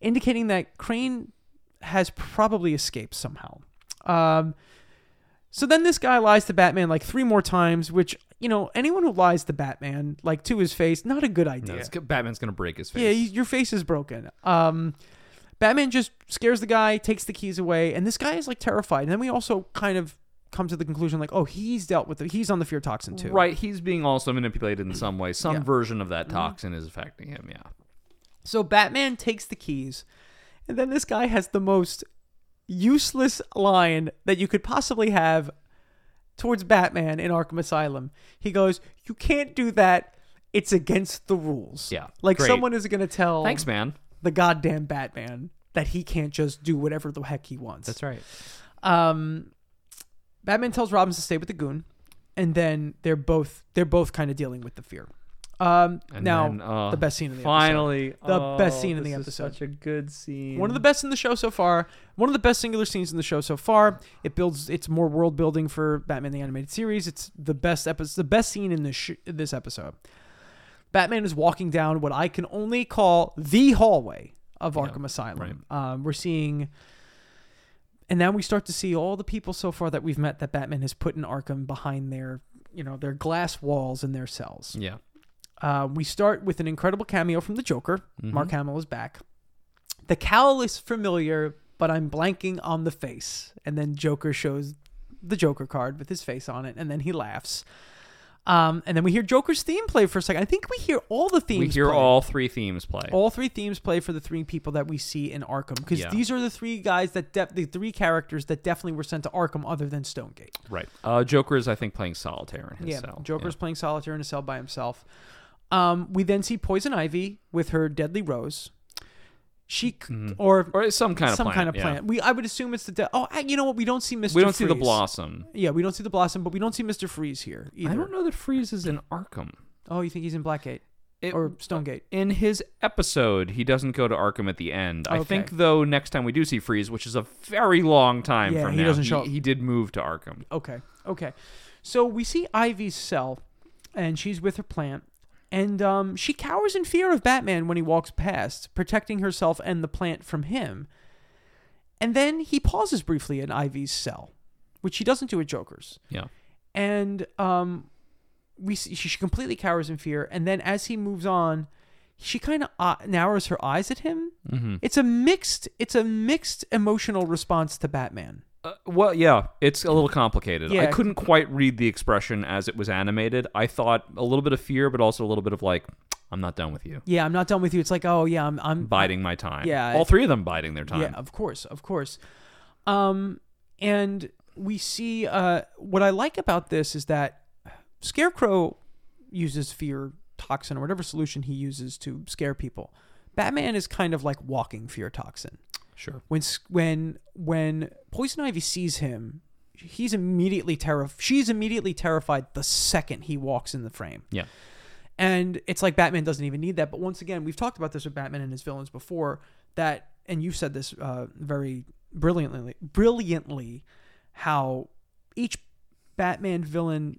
Speaker 1: indicating that Crane has probably escaped somehow. Um, so then this guy lies to Batman like three more times, which you know anyone who lies to Batman like to his face, not a good
Speaker 2: No,
Speaker 1: idea.
Speaker 2: it's g- Batman's going to break his face.
Speaker 1: Yeah, you- your face is broken. Um, Batman just scares the guy, takes the keys away, and this guy is like terrified. And then we also kind of come to the conclusion like, oh, he's dealt with it. He's on the fear toxin too.
Speaker 2: Right, he's being also manipulated in some way. Some
Speaker 1: Yeah. Mm-hmm.
Speaker 2: version of that toxin is affecting him. Yeah,
Speaker 1: So Batman takes the keys, and then this guy has the most useless line that you could possibly have towards Batman in Arkham Asylum. He goes, "You can't do that. It's against the rules."
Speaker 2: Yeah,
Speaker 1: like
Speaker 2: great.
Speaker 1: someone is going to tell
Speaker 2: thanks, man.
Speaker 1: the goddamn Batman that he can't just do whatever the heck he wants.
Speaker 2: right.
Speaker 1: Um, Batman tells Robbins to stay with the goon, and then they're both they're both kind of dealing with the fear. Um,
Speaker 2: And
Speaker 1: now
Speaker 2: then, uh,
Speaker 1: the best scene in the
Speaker 2: Finally,
Speaker 1: The
Speaker 2: oh,
Speaker 1: best scene in
Speaker 2: this
Speaker 1: the
Speaker 2: is
Speaker 1: episode.
Speaker 2: Such a good scene.
Speaker 1: episode. one of the best in the show so far, one of the best singular scenes in the show so far. It builds it's more world building for Batman the animated series. It's the best episode, the best scene in this sh- this episode. Batman is walking down what I can only call the hallway of Arkham Asylum. Um, we're seeing, and now we start to see all the people so far that we've met that Batman has put in Arkham behind their, you know, their glass walls in their cells.
Speaker 2: Yeah.
Speaker 1: Uh, we start with an incredible cameo from the Joker.
Speaker 2: Mm-hmm.
Speaker 1: Mark Hamill is back. The cowl is familiar, but I'm blanking on the face. And then Joker shows the Joker card with his face on it, and then he laughs. Um, and then we hear Joker's theme play for a second. I think we hear all the themes.
Speaker 2: We hear
Speaker 1: play.
Speaker 2: all three themes play.
Speaker 1: all three themes play for the three people that we see in Arkham because
Speaker 2: Yeah.
Speaker 1: these are the three guys that def- the three characters that definitely were sent to Arkham other than Stonegate.
Speaker 2: Right. Uh, Joker is, I think, playing solitaire in his
Speaker 1: Yeah,
Speaker 2: cell.
Speaker 1: Joker's playing solitaire in a cell by himself. Um, we then see Poison Ivy with her deadly rose. She c or,
Speaker 2: Yeah. or it's Mm-hmm. some kind of
Speaker 1: some
Speaker 2: plant,
Speaker 1: kind of
Speaker 2: yeah.
Speaker 1: plant. We I would assume it's the de- oh I- you know what we don't see Mister.
Speaker 2: We don't see the
Speaker 1: Freeze.
Speaker 2: blossom.
Speaker 1: Yeah, we don't see the blossom, but we don't see Mister Freeze here either.
Speaker 2: I don't know that Freeze is in Arkham.
Speaker 1: Oh, you think he's in Blackgate
Speaker 2: It-
Speaker 1: or Stonegate?
Speaker 2: in his episode, he doesn't go to Arkham at the end. I
Speaker 1: Okay.
Speaker 2: think though, next time we do see Freeze, which is a very long time
Speaker 1: Yeah,
Speaker 2: from
Speaker 1: he
Speaker 2: now,
Speaker 1: doesn't show up.
Speaker 2: he did move to Arkham.
Speaker 1: Okay, okay. So we see Ivy's cell, and she's with her plant, and um, she cowers in fear of Batman when he walks past, protecting herself and the plant from him. And then he pauses briefly in Ivy's cell, which he doesn't do at Joker's.
Speaker 2: Yeah.
Speaker 1: And um, we see, she she completely cowers in fear, and then as he moves on, she kind of uh, narrows her eyes at him. It's a mixed, it's a mixed emotional response to Batman.
Speaker 2: Uh, well, yeah, it's a little complicated. I
Speaker 1: Yeah.
Speaker 2: couldn't quite read the expression as it was animated. I thought a little bit of fear, but also a little bit of like, I'm not done with you,
Speaker 1: Yeah, I'm not done with you. It's like, oh yeah, I'm, I'm
Speaker 2: biding my time.
Speaker 1: Yeah,
Speaker 2: all
Speaker 1: it-
Speaker 2: three of them biding their time.
Speaker 1: Yeah, of course, of course. Um, and we see uh, what I like about this is that Scarecrow uses fear toxin or whatever solution he uses to scare people. Batman is kind of like walking fear toxin.
Speaker 2: Sure.
Speaker 1: When s- when when Poison Ivy sees him, he's immediately terrified. She's immediately terrified the second he walks in the frame.
Speaker 2: Yeah.
Speaker 1: And it's like Batman doesn't even need that. But once again, we've talked about this with Batman and his villains before. That, and you said this uh, very brilliantly, brilliantly, how each Batman villain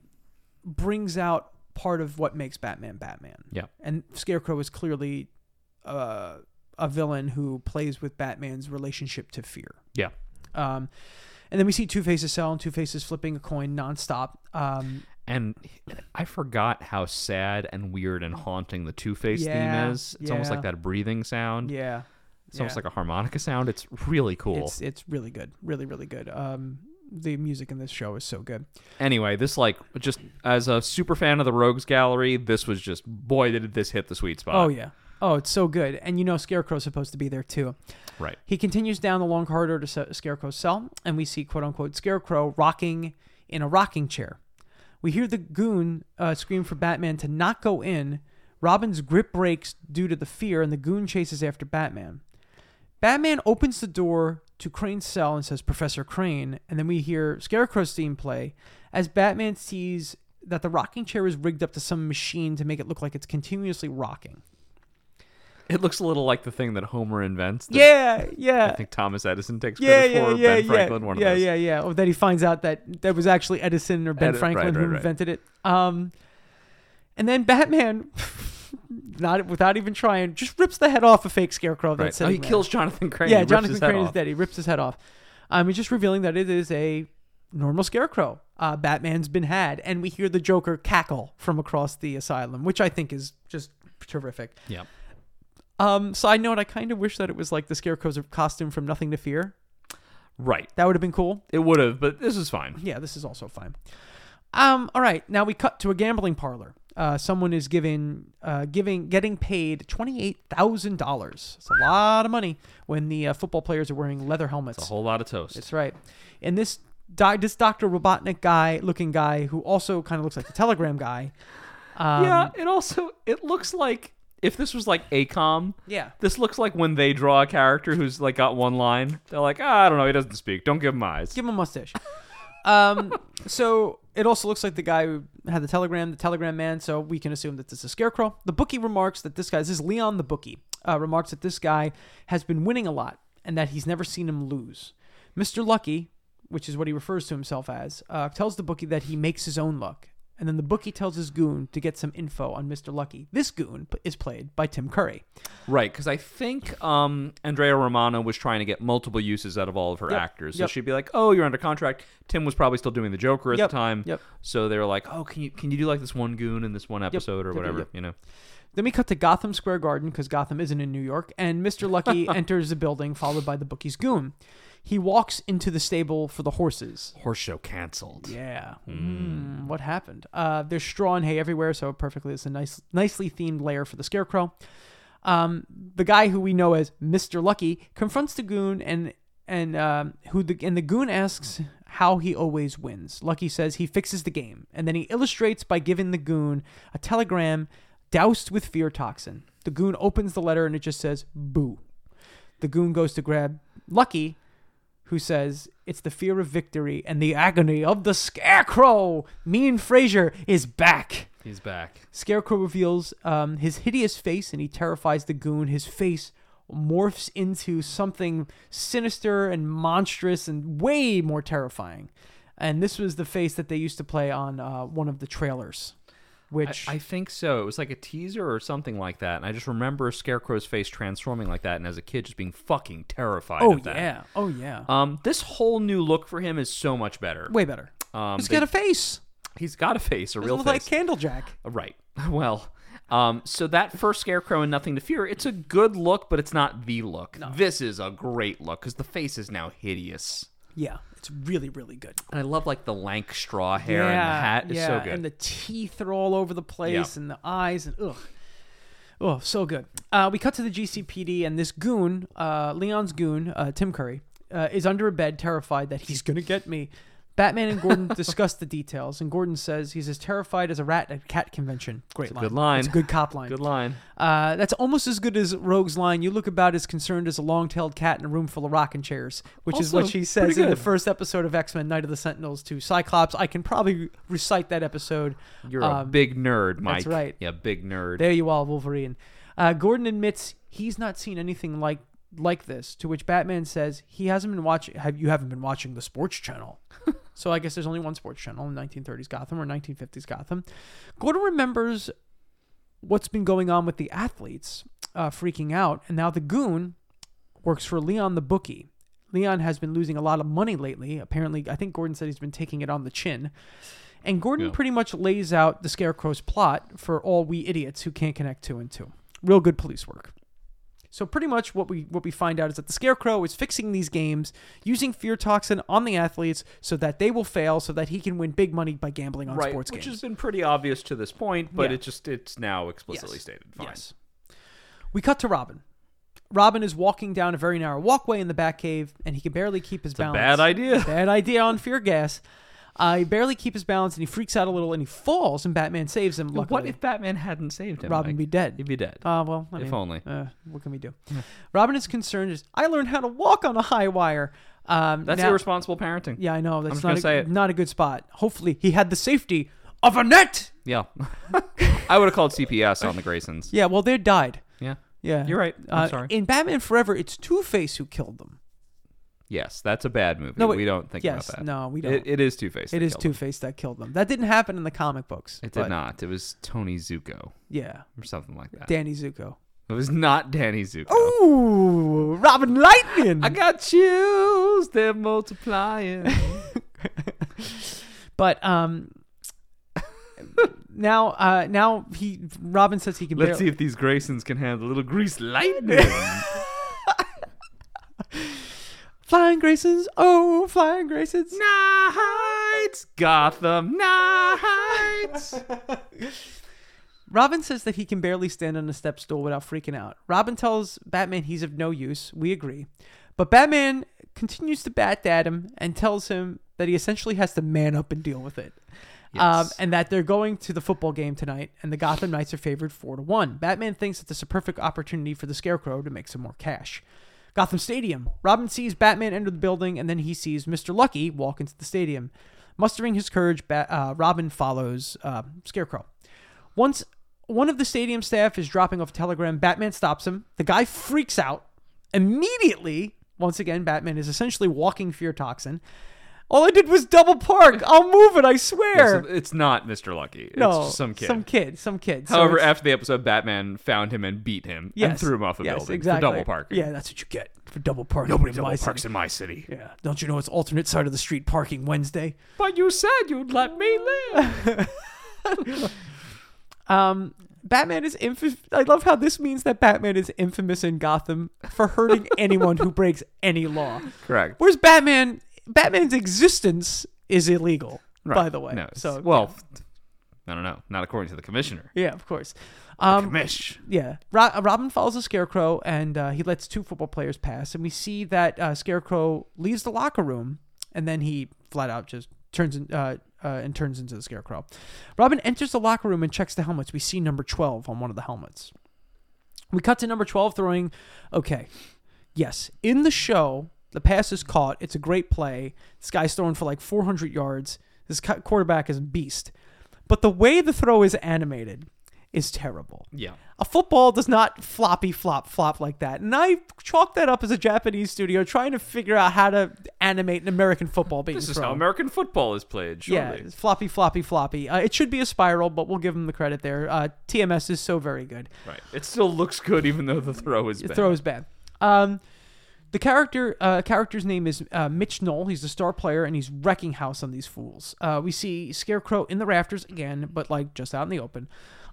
Speaker 1: brings out part of what makes Batman Batman.
Speaker 2: Yeah.
Speaker 1: And Scarecrow is clearly uh, a villain who plays with Batman's relationship to fear.
Speaker 2: Yeah.
Speaker 1: Um, and then we see Two Face's cell and Two Faces flipping a coin nonstop. Um,
Speaker 2: and I forgot how sad and weird and haunting the Two Face
Speaker 1: Yeah,
Speaker 2: theme is. It's almost like
Speaker 1: yeah.
Speaker 2: that breathing sound.
Speaker 1: Yeah.
Speaker 2: It's almost like a harmonica sound. It's really cool.
Speaker 1: It's it's really good, really really good. Um, the music in this show is so good.
Speaker 2: anyway, this like just as a super fan of the Rogues Gallery, this was just boy did this hit the sweet spot.
Speaker 1: Oh yeah. Oh, it's so good. And you know, Scarecrow's supposed to be there too.
Speaker 2: right.
Speaker 1: He continues down the long corridor to Sa- Scarecrow's cell, and we see quote unquote Scarecrow rocking in a rocking chair. We hear the goon uh, scream for Batman to not go in. Robin's grip breaks due to the fear, and the goon chases after Batman. Batman opens the door to Crane's cell and says, Professor Crane. And then we hear Scarecrow's theme play as Batman sees that the rocking chair is rigged up to some machine to make it look like it's continuously rocking.
Speaker 2: It looks a little like the thing that Homer invents. that
Speaker 1: Yeah, yeah.
Speaker 2: I think Thomas Edison takes
Speaker 1: yeah,
Speaker 2: credit
Speaker 1: yeah,
Speaker 2: for.
Speaker 1: yeah,
Speaker 2: ben Franklin,
Speaker 1: yeah,
Speaker 2: one of
Speaker 1: yeah,
Speaker 2: those.
Speaker 1: yeah, yeah. Or that he finds out that that was actually Edison or Ben
Speaker 2: Edi-
Speaker 1: Franklin
Speaker 2: right,
Speaker 1: who
Speaker 2: right, right.
Speaker 1: invented it. Um, and then Batman, not without even trying, just rips the head off a fake scarecrow
Speaker 2: Right.
Speaker 1: that's
Speaker 2: Oh, he
Speaker 1: sitting there.
Speaker 2: kills Jonathan Crane.
Speaker 1: Yeah,
Speaker 2: He rips
Speaker 1: Jonathan
Speaker 2: his head
Speaker 1: Crane is
Speaker 2: off.
Speaker 1: dead. He rips his head off. Um, he's just revealing that it is a normal scarecrow. Uh, Batman's been had, and we hear the Joker cackle from across the asylum, which I think is just terrific.
Speaker 2: Yeah.
Speaker 1: Um, side note, I kind of wish that it was like the scarecrow's costume from Nothing to Fear.
Speaker 2: Right.
Speaker 1: That would have been cool.
Speaker 2: It would have, but this is fine.
Speaker 1: Yeah, this is also fine. Um, all right, now we cut to a gambling parlor. Uh, someone is given, uh, giving, getting paid twenty eight thousand dollars. It's a lot of money when the uh, football players are wearing leather helmets.
Speaker 2: A whole lot of toast.
Speaker 1: That's right. And this di- this Doctor Robotnik guy, looking guy, who also kind of looks like the Telegram guy. Um,
Speaker 2: yeah, it also it looks like if this was like ACOM,
Speaker 1: yeah.
Speaker 2: this looks like when they draw a character who's like got one line. They're like, ah, I don't know, he doesn't speak. Don't give him eyes.
Speaker 1: Give him a mustache. Um, so it also looks like the guy who had the telegram, the telegram man. So we can assume that this is a scarecrow. The bookie remarks that this guy, this is Leon the bookie, uh, remarks that this guy has been winning a lot and that he's never seen him lose. Mr. Lucky, which is what he refers to himself as, uh, tells the bookie that he makes his own luck. And then the bookie tells his goon to get some info on Mr. Lucky. This goon p- is played by Tim Curry.
Speaker 2: Right, because I think um, Andrea Romano was trying to get multiple uses out of all of her actors. So
Speaker 1: yep.
Speaker 2: she'd be like, "Oh, you're under contract." Tim was probably still doing the Joker at
Speaker 1: Yep,
Speaker 2: the time.
Speaker 1: yep.
Speaker 2: So they were like, "Oh, can you can you do like this one goon in this one episode or
Speaker 1: yep,
Speaker 2: whatever?"
Speaker 1: yep.
Speaker 2: You know.
Speaker 1: Then we cut to Gotham Square Garden because Gotham isn't in New York, and Mr. Lucky enters the building followed by the bookie's goon. He walks into the stable for the horses.
Speaker 2: Horse show canceled.
Speaker 1: Yeah. Mm, what happened? Uh, there's straw and hay everywhere, so it perfectly it's a nice, nicely themed layer for the scarecrow. Um, the guy who we know as Mr. Lucky confronts the goon and and um, who the and the goon asks how he always wins. Lucky says he fixes the game, and then he illustrates by giving the goon a telegram doused with fear toxin. The goon opens the letter and it just says "boo." The goon goes to grab Lucky, who says it's the fear of victory and the agony of the scarecrow. Mean Fraser is back.
Speaker 2: He's back.
Speaker 1: Scarecrow reveals um, his hideous face and he terrifies the goon. His face morphs into something sinister and monstrous and way more terrifying. And this was the face that they used to play on uh, one of the trailers, which
Speaker 2: I think so. It was like a teaser or something like that. And I just remember Scarecrow's face transforming like that, and as a kid, just being fucking terrified.
Speaker 1: oh
Speaker 2: of that.
Speaker 1: yeah, oh yeah,
Speaker 2: Um, this whole new look for him is so much better.
Speaker 1: way better.
Speaker 2: Um,
Speaker 1: He's
Speaker 2: they-
Speaker 1: got a face.
Speaker 2: he's got a face, a real
Speaker 1: Look
Speaker 2: face. Uh,
Speaker 1: like Candlejack.
Speaker 2: Right. Well, um, so that first Scarecrow and Nothing to Fear, it's a good look, but it's not the look. This is a great look because the face is now hideous.
Speaker 1: Yeah, it's really really good.
Speaker 2: And I love like the lank straw hair and the hat is so good.
Speaker 1: And the teeth are all over the place, and the eyes, and ugh. Oh, so good. Uh, we cut to the GCPD, and this goon, uh, Leon's goon, uh, Tim Curry, uh, is under a bed, terrified that he's going to get me. Batman and Gordon discuss the details, and Gordon says he's as terrified as a rat at a cat convention. Great line.
Speaker 2: good line.
Speaker 1: It's a good cop line.
Speaker 2: good line.
Speaker 1: Uh, that's almost as good as Rogue's line. You look about as concerned as a long-tailed cat in a room full of rocking chairs, which is
Speaker 2: Also,
Speaker 1: what she says
Speaker 2: pretty
Speaker 1: in the
Speaker 2: good.
Speaker 1: first episode of X Men: Night of the Sentinels to Cyclops. I can probably recite that episode.
Speaker 2: You're a
Speaker 1: Um,
Speaker 2: big nerd, Mike.
Speaker 1: that's right.
Speaker 2: Yeah, big nerd.
Speaker 1: There you are, Wolverine. Uh, Gordon admits he's not seen anything like like this. To which Batman says he hasn't been watching. Have you haven't been watching the Sports Channel? so I guess there's only one Sports Channel in 1930s Gotham or 1950s Gotham. Gordon remembers what's been going on with the athletes uh, freaking out, and now the goon works for Leon the bookie. Leon has been losing a lot of money lately. Apparently, I think Gordon said he's been taking it on the chin. And Gordon pretty much lays out the Scarecrow's plot for all we idiots who can't connect two and two. Real good police work. So pretty much what we what we find out is that the Scarecrow is fixing these games using fear toxin on the athletes so that they will fail, so that he can win big money by gambling on
Speaker 2: right,
Speaker 1: sports
Speaker 2: which
Speaker 1: games.
Speaker 2: has been pretty obvious to this point, but
Speaker 1: Yeah.
Speaker 2: it just it's now explicitly
Speaker 1: Yes.
Speaker 2: stated. Fine.
Speaker 1: Yes. We cut to Robin. Robin is walking down a very narrow walkway in the Batcave, and he can barely keep his balance.
Speaker 2: Bad idea.
Speaker 1: Bad idea on fear gas. Uh, he barely keep his balance, and he freaks out a little, and he falls, and Batman saves him. Luckily,
Speaker 2: What if Batman hadn't saved him?
Speaker 1: Robin
Speaker 2: Mike?
Speaker 1: be dead?
Speaker 2: He'd be dead.
Speaker 1: Uh, well, I
Speaker 2: If
Speaker 1: mean,
Speaker 2: only.
Speaker 1: Uh, what can we do? Robin is concerned. Is I learned how to walk on a high wire. Um,
Speaker 2: That's
Speaker 1: now-
Speaker 2: irresponsible parenting.
Speaker 1: Yeah, I know. That's
Speaker 2: just
Speaker 1: not
Speaker 2: gonna
Speaker 1: a,
Speaker 2: say it.
Speaker 1: not a good spot. Hopefully, he had the safety of a net.
Speaker 2: Yeah. I would have called CPS on the Graysons.
Speaker 1: Yeah. Well, they died.
Speaker 2: Yeah.
Speaker 1: Yeah.
Speaker 2: You're right. I'm
Speaker 1: uh,
Speaker 2: sorry.
Speaker 1: In Batman Forever, it's Two Face who killed them.
Speaker 2: Yes, that's a bad movie.
Speaker 1: No, wait.
Speaker 2: we don't think
Speaker 1: yes.
Speaker 2: about that.
Speaker 1: No, we don't.
Speaker 2: It, it is Two Face.
Speaker 1: it is Two Face that killed them. That didn't happen in the comic books.
Speaker 2: It
Speaker 1: but-
Speaker 2: did not. It was Tony Zuko
Speaker 1: Yeah.
Speaker 2: or something like that.
Speaker 1: Danny Zuko.
Speaker 2: It was not Danny Zuko.
Speaker 1: Oh. Ooh, Robin Lightning.
Speaker 2: I got chills. They're multiplying.
Speaker 1: but um, now uh, now he Robin says he can.
Speaker 2: Let's
Speaker 1: barely-
Speaker 2: see if these Graysons can handle a little grease lightning.
Speaker 1: Flying Graysons. Oh, Flying Graysons.
Speaker 2: Nights, Gotham Nights.
Speaker 1: Robin says that he can barely stand on a step stool without freaking out. Robin tells Batman he's of no use. We agree. But Batman continues to bat at him and tells him that he essentially has to man up and deal with it. Um,
Speaker 2: Yes.
Speaker 1: and that they're going to the football game tonight, and the Gotham Knights are favored four to one. Batman thinks that this is a perfect opportunity for the Scarecrow to make some more cash. Gotham Stadium. Robin sees Batman enter the building, and then he sees Mister Lucky walk into the stadium. Mustering his courage, Ba- uh, Robin follows uh, Scarecrow. Once one of the stadium staff is dropping off a telegram, Batman stops him. The guy freaks out. Immediately, once again, Batman is essentially walking fear toxin. All I did was double park. I'll move it, I swear.
Speaker 2: So it's not Mr. Lucky. It's
Speaker 1: no,
Speaker 2: just some kid.
Speaker 1: Some kid. Some kid. So
Speaker 2: However,
Speaker 1: it's-
Speaker 2: after the episode, Batman found him and beat him
Speaker 1: yes,
Speaker 2: and threw him off a
Speaker 1: yes,
Speaker 2: building
Speaker 1: exactly.
Speaker 2: for double parking.
Speaker 1: Yeah, that's what you get for double parking.
Speaker 2: Nobody
Speaker 1: in
Speaker 2: double
Speaker 1: my
Speaker 2: parks
Speaker 1: city.
Speaker 2: in my city.
Speaker 1: Yeah. Don't you know it's alternate side of the street parking Wednesday?
Speaker 2: But you said you'd let me live.
Speaker 1: Um, Batman is infamous. I love how this means that Batman is infamous in Gotham for hurting anyone who breaks any law.
Speaker 2: Correct.
Speaker 1: Whereas Batman, Batman's existence is illegal. By the way,
Speaker 2: No, it's-
Speaker 1: so
Speaker 2: well, I don't know. Not according to the commissioner.
Speaker 1: yeah, of course. Um,
Speaker 2: Commish.
Speaker 1: yeah, Ro- uh, Robin follows the Scarecrow and uh, he lets two football players pass, and we see that uh, Scarecrow leaves the locker room, and then he flat out just turns in, uh, uh, and turns into the Scarecrow. Robin enters the locker room and checks the helmets. We see number twelve on one of the helmets. We cut to number twelve throwing. Okay, yes, in the show, the pass is caught. It's a great play. This guy's throwing for like four hundred yards. This cu- quarterback is a beast, but the way the throw is animated is terrible.
Speaker 2: Yeah.
Speaker 1: A football does not floppy flop flop like that. And I chalk that up as a Japanese studio trying to figure out how to animate an American football being
Speaker 2: This is
Speaker 1: thrown.
Speaker 2: how American football is played,
Speaker 1: yeah,
Speaker 2: surely.
Speaker 1: it's floppy, floppy, floppy. Uh, it should be a spiral, but we'll give them the credit there. Uh, TMS is so very good.
Speaker 2: Right. It still looks good even though the throw is
Speaker 1: The
Speaker 2: bad.
Speaker 1: throw is bad. Um, the character uh, character's name is uh, Mitch Knoll. He's the star player, and he's wrecking house on these fools. Uh, we see Scarecrow in the rafters again, but like just out in the open,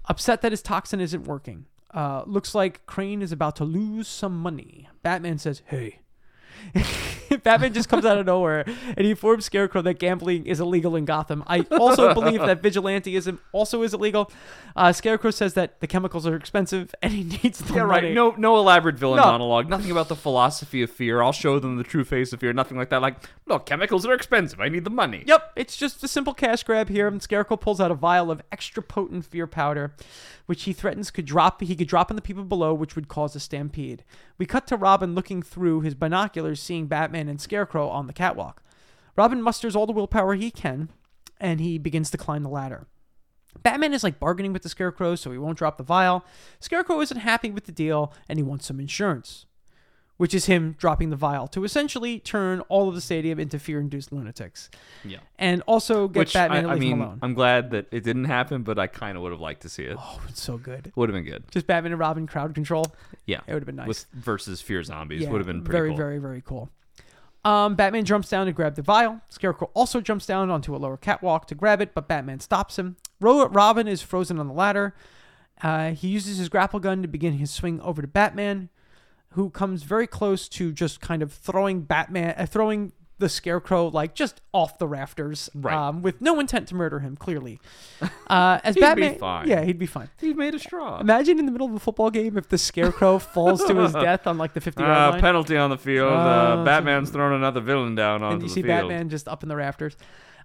Speaker 1: upset that his toxin isn't working. Uh, looks like Crane is about to lose some money. Batman says, "Hey." Batman just comes out of nowhere and he informs Scarecrow that gambling is illegal in Gotham. I also believe that vigilanteism also is illegal. Uh, Scarecrow says that the chemicals are expensive and he needs the
Speaker 2: Yeah,
Speaker 1: money.
Speaker 2: right. No, no elaborate villain
Speaker 1: No.
Speaker 2: monologue. Nothing about the philosophy of fear. I'll show them the true face of fear. Nothing like that. Like, look, chemicals are expensive. I need the money.
Speaker 1: Yep, it's just a simple cash grab here. And Scarecrow pulls out a vial of extra potent fear powder, which he threatens could drop. He could drop on the people below, which would cause a stampede. We cut to Robin looking through his binoculars, seeing Batman and Scarecrow on the catwalk. Robin musters all the willpower he can, and he begins to climb the ladder. Batman is like bargaining with the Scarecrow, so he won't drop the vial. Scarecrow isn't happy with the deal, and he wants some insurance which is him dropping the vial to essentially turn all of the stadium into fear-induced lunatics.
Speaker 2: Yeah.
Speaker 1: And also get
Speaker 2: Which
Speaker 1: Batman
Speaker 2: I,
Speaker 1: away
Speaker 2: I mean,
Speaker 1: from alone.
Speaker 2: I'm glad that it didn't happen, but I kind of would have liked to see it.
Speaker 1: oh, it's so good.
Speaker 2: Would have been good.
Speaker 1: Just Batman and Robin crowd control.
Speaker 2: Yeah.
Speaker 1: It would have been nice.
Speaker 2: With versus fear zombies
Speaker 1: Yeah,
Speaker 2: would have been pretty
Speaker 1: very,
Speaker 2: cool.
Speaker 1: very, very cool. Um, Batman jumps down to grab the vial. Scarecrow also jumps down onto a lower catwalk to grab it, but Batman stops him. Ro- Robin is frozen on the ladder. Uh, he uses his grapple gun to begin his swing over to Batman, who comes very close to just kind of throwing Batman, uh, throwing the Scarecrow like just off the rafters,
Speaker 2: Right.
Speaker 1: um, with no intent to murder him. Clearly, uh, as
Speaker 2: He'd be
Speaker 1: Batman,
Speaker 2: fine. Uh,
Speaker 1: yeah, he'd be fine.
Speaker 2: He made a straw.
Speaker 1: Imagine in the middle of a football game if the Scarecrow falls to his death on like the 50 yard
Speaker 3: Uh,
Speaker 1: line.
Speaker 3: penalty on the field.
Speaker 1: Uh,
Speaker 3: Uh, Batman's thrown another villain down onto
Speaker 1: and you
Speaker 3: the
Speaker 1: see
Speaker 3: field.
Speaker 1: Batman just up in the rafters.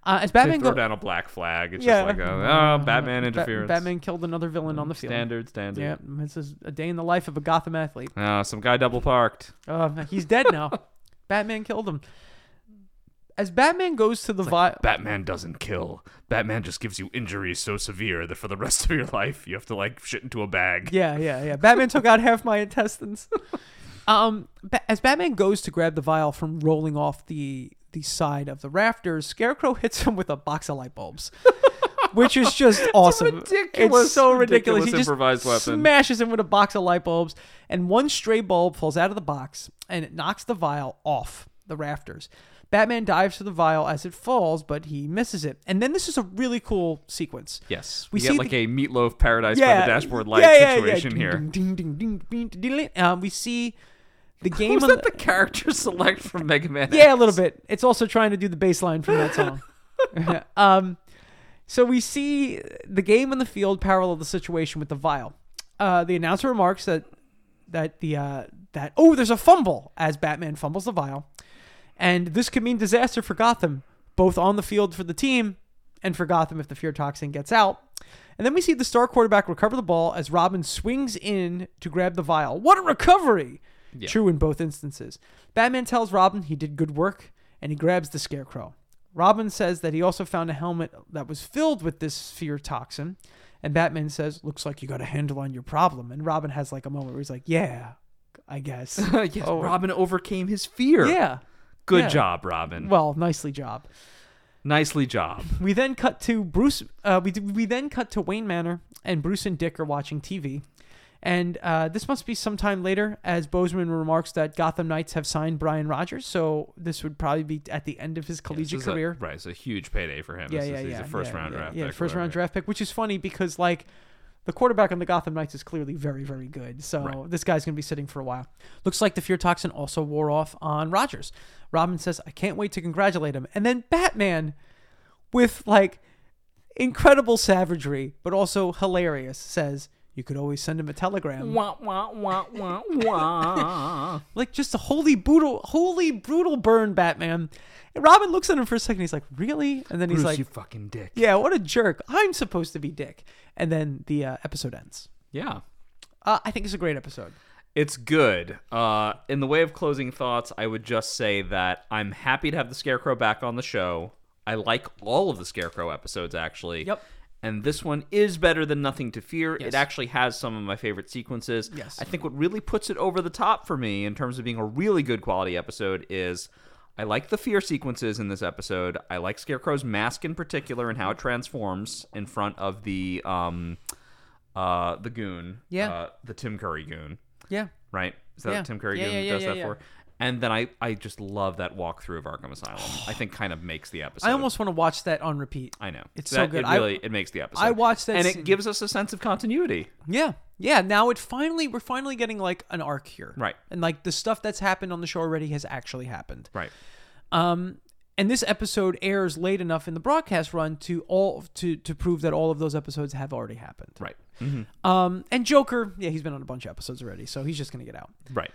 Speaker 1: Uh, as
Speaker 3: They
Speaker 1: Batman
Speaker 3: throw
Speaker 1: go-
Speaker 3: down a black flag. It's
Speaker 1: Yeah.
Speaker 3: just like a oh, Batman
Speaker 1: Ba-
Speaker 3: interference.
Speaker 1: Batman killed another villain on the field.
Speaker 3: standard, standard.
Speaker 1: Yeah, this is a day in the life of a Gotham athlete.
Speaker 2: Uh,
Speaker 3: Ah, some guy double parked.
Speaker 1: Uh, he's dead now. Batman killed him. As Batman goes to the vial,
Speaker 3: Batman doesn't kill. Batman just gives you injuries so severe that for the rest of your life you have to like shit into a bag.
Speaker 1: yeah, yeah, yeah. Batman took out half my intestines. Um, ba- as Batman goes to grab the vial from rolling off the the side of the rafters, Scarecrow hits him with a box of light bulbs, which is just awesome.
Speaker 3: ridiculous-
Speaker 1: so ridiculous.
Speaker 3: ridiculous
Speaker 1: he just
Speaker 3: improvised weapon.
Speaker 1: smashes him with a box of light bulbs, and one stray bulb falls out of the box and it knocks the vial off the rafters. Batman dives for the vial as it falls, but he misses it. And then this is a really cool sequence.
Speaker 2: Yes.
Speaker 1: We
Speaker 2: We,
Speaker 1: see
Speaker 2: get like
Speaker 1: the-
Speaker 2: a meatloaf paradise by the dashboard light
Speaker 1: yeah, yeah, yeah.
Speaker 2: situation
Speaker 1: Ding,
Speaker 2: here.
Speaker 1: Ding, ding, ding, ding, ding, ding, ding. Um, we see the game.
Speaker 2: Was
Speaker 1: on
Speaker 2: that the character select from Mega Man?
Speaker 1: yeah, a little bit. It's also trying to do the bass line from that song. um, so we see the game on the field parallel the situation with the vial. Uh, the announcer remarks that that the uh, that oh, there's a fumble as Batman fumbles the vial, and this could mean disaster for Gotham, both on the field for the team and for Gotham if the fear toxin gets out. And then we see the star quarterback recover the ball as Robin swings in to grab the vial. What a recovery! True in both instances. Batman tells Robin he did good work and he grabs the scarecrow. Robin says that he also found a helmet that was filled with this fear toxin. And Batman says, Looks like you got a handle on your problem. And Robin has like a moment where he's like, Yeah, I guess.
Speaker 2: yes, Robin overcame his fear.
Speaker 1: Oh. yeah.
Speaker 2: Good
Speaker 1: yeah.
Speaker 2: job, Robin.
Speaker 1: Well, nicely job.
Speaker 2: Nicely job.
Speaker 1: We then cut to Bruce. Uh, we do- we then cut to Wayne Manor, and Bruce and Dick are watching TV. And uh, this must be sometime later, as Bozeman remarks that Gotham Knights have signed Brian Rogers, so this would probably be at the end of his collegiate
Speaker 3: This is a-
Speaker 1: career.
Speaker 3: right, it's a huge payday for him.
Speaker 1: yeah,
Speaker 3: This
Speaker 1: yeah,
Speaker 3: is-
Speaker 1: yeah,
Speaker 3: He's a first
Speaker 1: yeah,
Speaker 3: round
Speaker 1: yeah,
Speaker 3: draft
Speaker 1: yeah,
Speaker 3: pick. or
Speaker 1: first round
Speaker 3: whatever.
Speaker 1: draft pick, which is funny because like the quarterback on the Gotham Knights is clearly very, very good. So this guy's gonna be sitting for a while. Looks like the fear toxin also wore off on Rogers. Robin says, "I can't wait to congratulate him." And then Batman, with like incredible savagery, but also hilarious, says, "You could always send him a telegram."
Speaker 2: Wah, wah, wah, wah, wah.
Speaker 1: Like just a holy brutal, holy brutal burn, Batman. And Robin looks at him for a second. He's like, "Really?" And then he's
Speaker 2: Bruce,
Speaker 1: like,
Speaker 2: you fucking dick.
Speaker 1: yeah, what a jerk. I'm supposed to be Dick. And then the uh, episode ends.
Speaker 2: Yeah.
Speaker 1: Uh, I think it's a great episode.
Speaker 2: It's good. Uh, in the way of closing thoughts, I would just say that I'm happy to have the Scarecrow back on the show. I like all of the Scarecrow episodes, actually.
Speaker 1: Yep.
Speaker 2: And this one is better than Nothing to Fear. It actually has some of my favorite sequences.
Speaker 1: Yes.
Speaker 2: I think what really puts it over the top for me in terms of being a really good quality episode is I like the fear sequences in this episode. I like Scarecrow's mask in particular and how it transforms in front of the um, uh, the goon.
Speaker 1: Yeah.
Speaker 2: Uh, the Tim Curry goon
Speaker 1: Yeah.
Speaker 2: right? Is that
Speaker 1: Yeah.
Speaker 2: what Tim Curry
Speaker 1: Yeah,
Speaker 2: doing-
Speaker 1: yeah, yeah,
Speaker 2: does
Speaker 1: yeah,
Speaker 2: that
Speaker 1: yeah.
Speaker 2: for? And then I, I just love that walkthrough of Arkham Asylum. I think kind of makes the episode.
Speaker 1: I almost want to watch that on repeat.
Speaker 2: I know
Speaker 1: It's
Speaker 2: That-
Speaker 1: so good.
Speaker 2: It
Speaker 1: I-
Speaker 2: really it makes the episode.
Speaker 1: I watched that
Speaker 2: and
Speaker 1: scene-
Speaker 2: it gives us a sense of continuity.
Speaker 1: Yeah. Yeah. Now it finally, we're finally getting like an arc here.
Speaker 2: Right.
Speaker 1: And like the stuff that's happened on the show already has actually happened.
Speaker 2: Right.
Speaker 1: Um, and this episode airs late enough in the broadcast run to all to to prove that all of those episodes have already happened.
Speaker 2: Right.
Speaker 1: Um, and Joker, yeah, he's been on a bunch of episodes already, so he's just gonna get out.
Speaker 2: Right.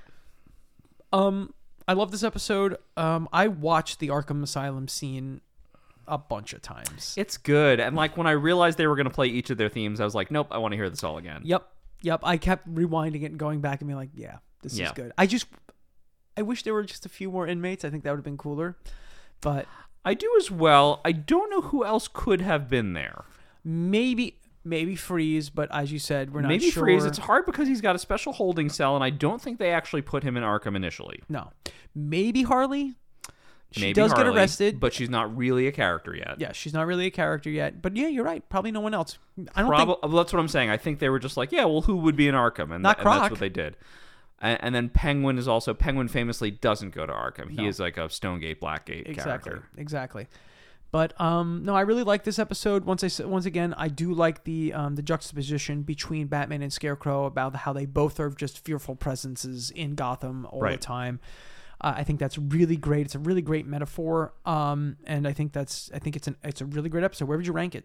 Speaker 1: Um, I love this episode. Um, I watched the Arkham Asylum scene a bunch of times.
Speaker 2: It's good. And like when I realized they were going to play each of their themes, I was like, nope, I want to hear this all again.
Speaker 1: Yep, yep. I kept rewinding it and going back and being like, "Yeah, this is
Speaker 2: Yeah.
Speaker 1: good." I just, I wish there were just a few more inmates. I think that would have been cooler. But
Speaker 2: I do as well. I don't know who else could have been there.
Speaker 1: maybe, maybe freeze. But as you said, we're not
Speaker 2: Maybe
Speaker 1: sure.
Speaker 2: Freeze. It's hard because he's got a special holding cell, and I don't think they actually put him in Arkham initially.
Speaker 1: no, maybe Harley. She
Speaker 2: Maybe
Speaker 1: does get
Speaker 2: Harley,
Speaker 1: arrested,
Speaker 2: but she's not really a character yet.
Speaker 1: yeah, she's not really a character yet. But yeah, you're right. Probably no one else. I don't think
Speaker 2: Probably that's what I'm saying. I think they were just like, yeah, well, who would be in Arkham? And,
Speaker 1: Not
Speaker 2: and that's
Speaker 1: Croc.
Speaker 2: what they did. And, and then Penguin is also Penguin famously doesn't go to Arkham. He is like a Stonegate Blackgate
Speaker 1: exactly
Speaker 2: character.
Speaker 1: exactly but um no i really like this episode once i s- once again i do like the um the juxtaposition between batman and scarecrow about how they both are just fearful presences in gotham all the
Speaker 2: Right.
Speaker 1: time uh, i think that's really great it's a really great metaphor um and i think that's i think it's an it's a really great episode where would you rank it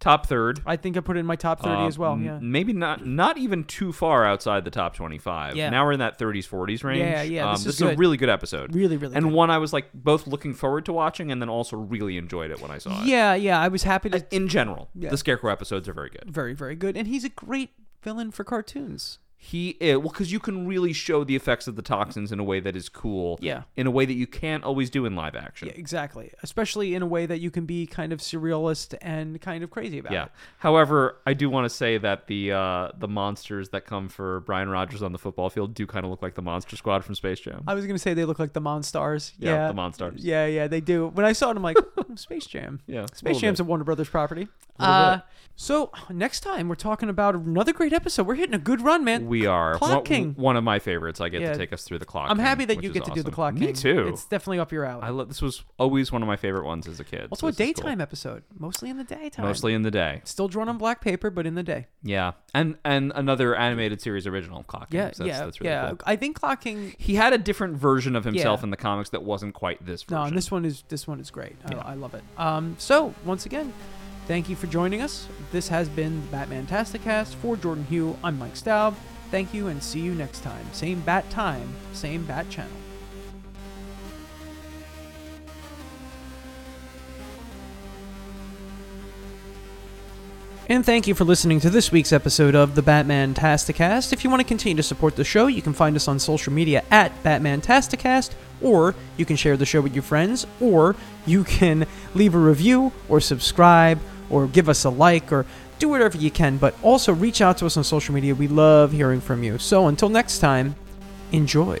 Speaker 2: Top third.
Speaker 1: i think i put it in my top 30
Speaker 2: Uh,
Speaker 1: as well
Speaker 2: m-
Speaker 1: yeah
Speaker 2: Maybe not not even too far outside the top 25.
Speaker 1: Yeah.
Speaker 2: Now we're in that 30s 40s range.
Speaker 1: Yeah, yeah,
Speaker 2: Um,
Speaker 1: this
Speaker 2: this,
Speaker 1: is
Speaker 2: is, a
Speaker 1: good.
Speaker 2: really good episode.
Speaker 1: Really, really
Speaker 2: And
Speaker 1: good.
Speaker 2: one I was like both looking forward to watching and then also really enjoyed it when I saw it.
Speaker 1: yeah yeah i was happy to
Speaker 2: In general, the Scarecrow episodes are very good.
Speaker 1: very very good and he's a great villain for cartoons
Speaker 2: He is well because you can really show the effects of the toxins in a way that is cool.
Speaker 1: Yeah.
Speaker 2: In a way that you can't always do in live action.
Speaker 1: yeah, exactly especially in a way that you can be kind of surrealist and kind of crazy about
Speaker 2: Yeah.
Speaker 1: it
Speaker 2: However, I do want to say that the uh, the monsters that come for Brian Rogers on the football field do kind of look like the Monster Squad from Space Jam.
Speaker 1: I was gonna say they look like the Monstars.
Speaker 2: Yeah,
Speaker 1: Uh, Yeah,
Speaker 2: the Monstars.
Speaker 1: Yeah, yeah, they do. When I saw it, I'm like, "Hmm, Space Jam.
Speaker 2: Yeah, a
Speaker 1: Space
Speaker 2: little
Speaker 1: Jam's
Speaker 2: bit.
Speaker 1: a Warner Brothers property. Uh, so next time we're talking about another great episode. We're hitting a good run, man.
Speaker 2: We are
Speaker 1: Clock
Speaker 2: one,
Speaker 1: King.
Speaker 2: One of my favorites. I get
Speaker 1: Yeah.
Speaker 2: to take us through the clock.
Speaker 1: I'm
Speaker 2: King,
Speaker 1: happy that
Speaker 2: which
Speaker 1: you
Speaker 2: is
Speaker 1: get to do the
Speaker 2: awesome.
Speaker 1: clock.
Speaker 2: Me
Speaker 1: King.
Speaker 2: too.
Speaker 1: It's definitely up your alley.
Speaker 2: I love this was always one of my favorite ones as a kid.
Speaker 1: also
Speaker 2: so
Speaker 1: a
Speaker 2: this is cool.
Speaker 1: daytime episode, mostly in the daytime.
Speaker 2: mostly in the day.
Speaker 1: Still drawn on black paper, but in the day.
Speaker 2: Yeah, and and another animated series original clock. King,
Speaker 1: Yeah,
Speaker 2: so that's,
Speaker 1: yeah,
Speaker 2: that's really
Speaker 1: yeah.
Speaker 2: cool.
Speaker 1: I think Clock King.
Speaker 2: He had a different version of himself
Speaker 1: Yeah.
Speaker 2: in the comics that wasn't quite this version.
Speaker 1: No, and this one is this one is great. I, I love it. Um, so once again, thank you for joining us. This has been the Batman Tasticast for Jordan Hugh. I'm Mike Staub. Thank you, and see you next time. Same bat time, same bat channel. And thank you for listening to this week's episode of the Batman Tasticast. If you want to continue to support the show, you can find us on social media at Batman Tasticast, or you can share the show with your friends, or you can leave a review, or subscribe, or give us a like, or do whatever you can, but also reach out to us on social media. We love hearing from you. So until next time, enjoy.